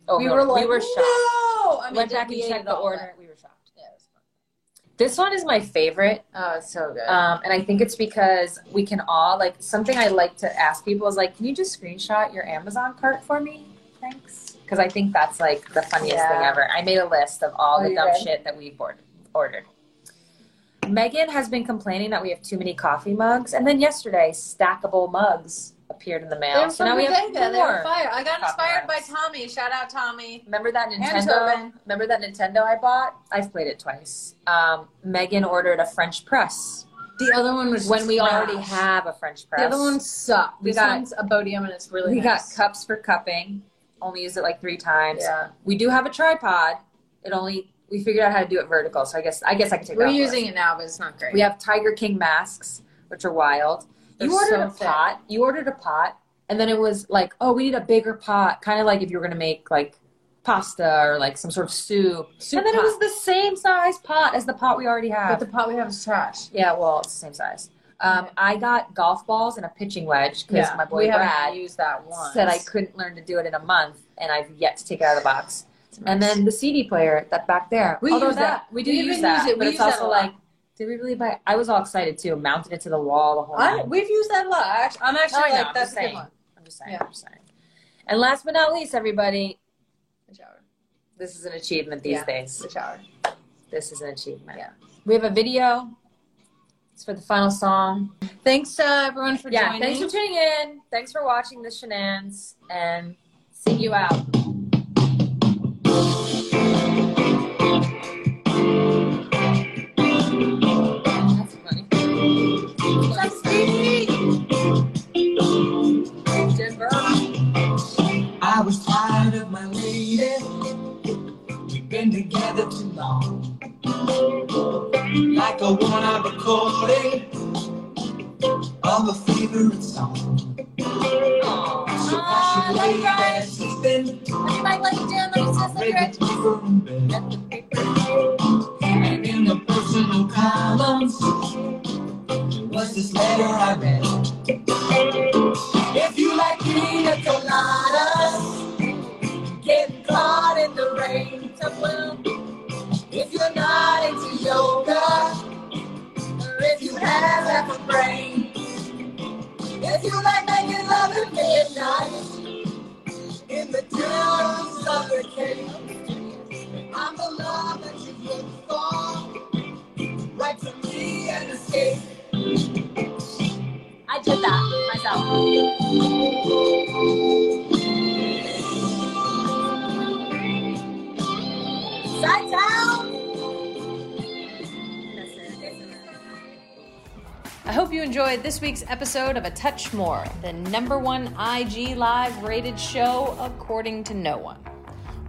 [SPEAKER 2] Oh,
[SPEAKER 3] we
[SPEAKER 2] no,
[SPEAKER 3] were like,
[SPEAKER 2] we were shocked.
[SPEAKER 3] No! I mean,
[SPEAKER 2] Went
[SPEAKER 3] did
[SPEAKER 2] back
[SPEAKER 3] we
[SPEAKER 2] and
[SPEAKER 3] eat
[SPEAKER 2] checked
[SPEAKER 3] it
[SPEAKER 2] the
[SPEAKER 3] all,
[SPEAKER 2] order. We were shocked.
[SPEAKER 3] but- Yeah, it was fun.
[SPEAKER 2] This one is my favorite,
[SPEAKER 3] Oh, it's so good.
[SPEAKER 2] um, and I think it's because we can all like something. I like to ask people is like, can you just screenshot your Amazon cart for me? Thanks, because I think that's like the funniest thing
[SPEAKER 3] Yeah.
[SPEAKER 2] ever. I made a list of all
[SPEAKER 3] Oh,
[SPEAKER 2] the
[SPEAKER 3] you
[SPEAKER 2] dumb
[SPEAKER 3] did?
[SPEAKER 2] shit that we've ordered. ordered. Megan has been complaining that we have too many coffee mugs, and then yesterday, stackable mugs appeared in the mail.
[SPEAKER 3] they were
[SPEAKER 2] so
[SPEAKER 3] from
[SPEAKER 2] now we have
[SPEAKER 3] Bodega. They were
[SPEAKER 2] more.
[SPEAKER 3] fire. I got
[SPEAKER 2] Hot
[SPEAKER 3] inspired by
[SPEAKER 2] dogs.
[SPEAKER 3] Tommy. Shout out Tommy.
[SPEAKER 2] Remember that
[SPEAKER 3] And
[SPEAKER 2] Nintendo?
[SPEAKER 3] Tobin.
[SPEAKER 2] Remember that Nintendo I bought? I've played it twice. Um, Megan ordered a French press
[SPEAKER 3] The other one was
[SPEAKER 2] when we
[SPEAKER 3] trash.
[SPEAKER 2] already have a French press.
[SPEAKER 3] The other one sucked.
[SPEAKER 2] We
[SPEAKER 3] This
[SPEAKER 2] got-
[SPEAKER 3] one's a Bodium and it's really
[SPEAKER 2] we got
[SPEAKER 3] nice.
[SPEAKER 2] cups for cupping. Only use it like three times.
[SPEAKER 3] Yeah.
[SPEAKER 2] We do have a tripod. It only we figured out how to do it vertical. So I guess I guess I can take.
[SPEAKER 3] We're
[SPEAKER 2] that
[SPEAKER 3] using it now, but it's not
[SPEAKER 2] It.
[SPEAKER 3] great.
[SPEAKER 2] We have Tiger King masks, which are wild. you
[SPEAKER 3] They're
[SPEAKER 2] ordered
[SPEAKER 3] so
[SPEAKER 2] a
[SPEAKER 3] thick.
[SPEAKER 2] pot. You ordered a pot, and then it was like, oh, we need a bigger pot, kind of like if you were gonna make like pasta or like some sort of soup. soup
[SPEAKER 3] And then it
[SPEAKER 2] pot.
[SPEAKER 3] was
[SPEAKER 2] the same size pot as the pot we already
[SPEAKER 3] But
[SPEAKER 2] have.
[SPEAKER 3] the pot we have is trash.
[SPEAKER 2] yeah, well, it's the same size. Um, I got golf balls and a pitching wedge because my boy
[SPEAKER 3] we
[SPEAKER 2] Brad
[SPEAKER 3] haven't used that one.
[SPEAKER 2] said I couldn't learn to do it in a month, and I've yet to take it out of the box. And then the CD player that back there,
[SPEAKER 3] We
[SPEAKER 2] although
[SPEAKER 3] use that.
[SPEAKER 2] we do
[SPEAKER 3] We
[SPEAKER 2] use
[SPEAKER 3] even
[SPEAKER 2] that,
[SPEAKER 3] use it.
[SPEAKER 2] but
[SPEAKER 3] We use
[SPEAKER 2] it's
[SPEAKER 3] that a
[SPEAKER 2] also
[SPEAKER 3] lot.
[SPEAKER 2] like, did we really buy? It? I was all excited too, mounted it to the wall the whole
[SPEAKER 3] I,
[SPEAKER 2] night.
[SPEAKER 3] we've used that a lot. I actu- I'm actually
[SPEAKER 2] No, I know,
[SPEAKER 3] like,
[SPEAKER 2] I'm
[SPEAKER 3] that's
[SPEAKER 2] just
[SPEAKER 3] a good
[SPEAKER 2] saying.
[SPEAKER 3] one.
[SPEAKER 2] I'm just saying,
[SPEAKER 3] Yeah.
[SPEAKER 2] I'm just saying. And last but not least, everybody,
[SPEAKER 3] The shower.
[SPEAKER 2] this is an achievement these
[SPEAKER 3] Yeah.
[SPEAKER 2] days.
[SPEAKER 3] The shower.
[SPEAKER 2] This is an achievement.
[SPEAKER 3] Yeah.
[SPEAKER 2] We have a video. It's for the final song.
[SPEAKER 3] Thanks uh, everyone for
[SPEAKER 2] yeah,
[SPEAKER 3] joining.
[SPEAKER 2] thanks for tuning in. Thanks for watching the shenanigans and see you out. That's funny.
[SPEAKER 16] I was tired of my lady. We've been together too long. Like a one out recording of a favorite song. So I should lay there sleeping. Ready to go in bed. And in the personal columns was this letter I read. If you like pina coladas, get caught in the rain to bloom. If you're not into yoga, or if you have half a brain, if you like making love at midnight, in the dunes of the cave, I'm the love that you look for, right from me and escape.
[SPEAKER 15] I did that myself.
[SPEAKER 16] Side town.
[SPEAKER 2] I hope you enjoyed this week's episode of A Touch More, the number one IG Live rated show according to no one.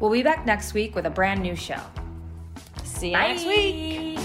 [SPEAKER 17] We'll be back next week with a brand new show.
[SPEAKER 2] See you next week.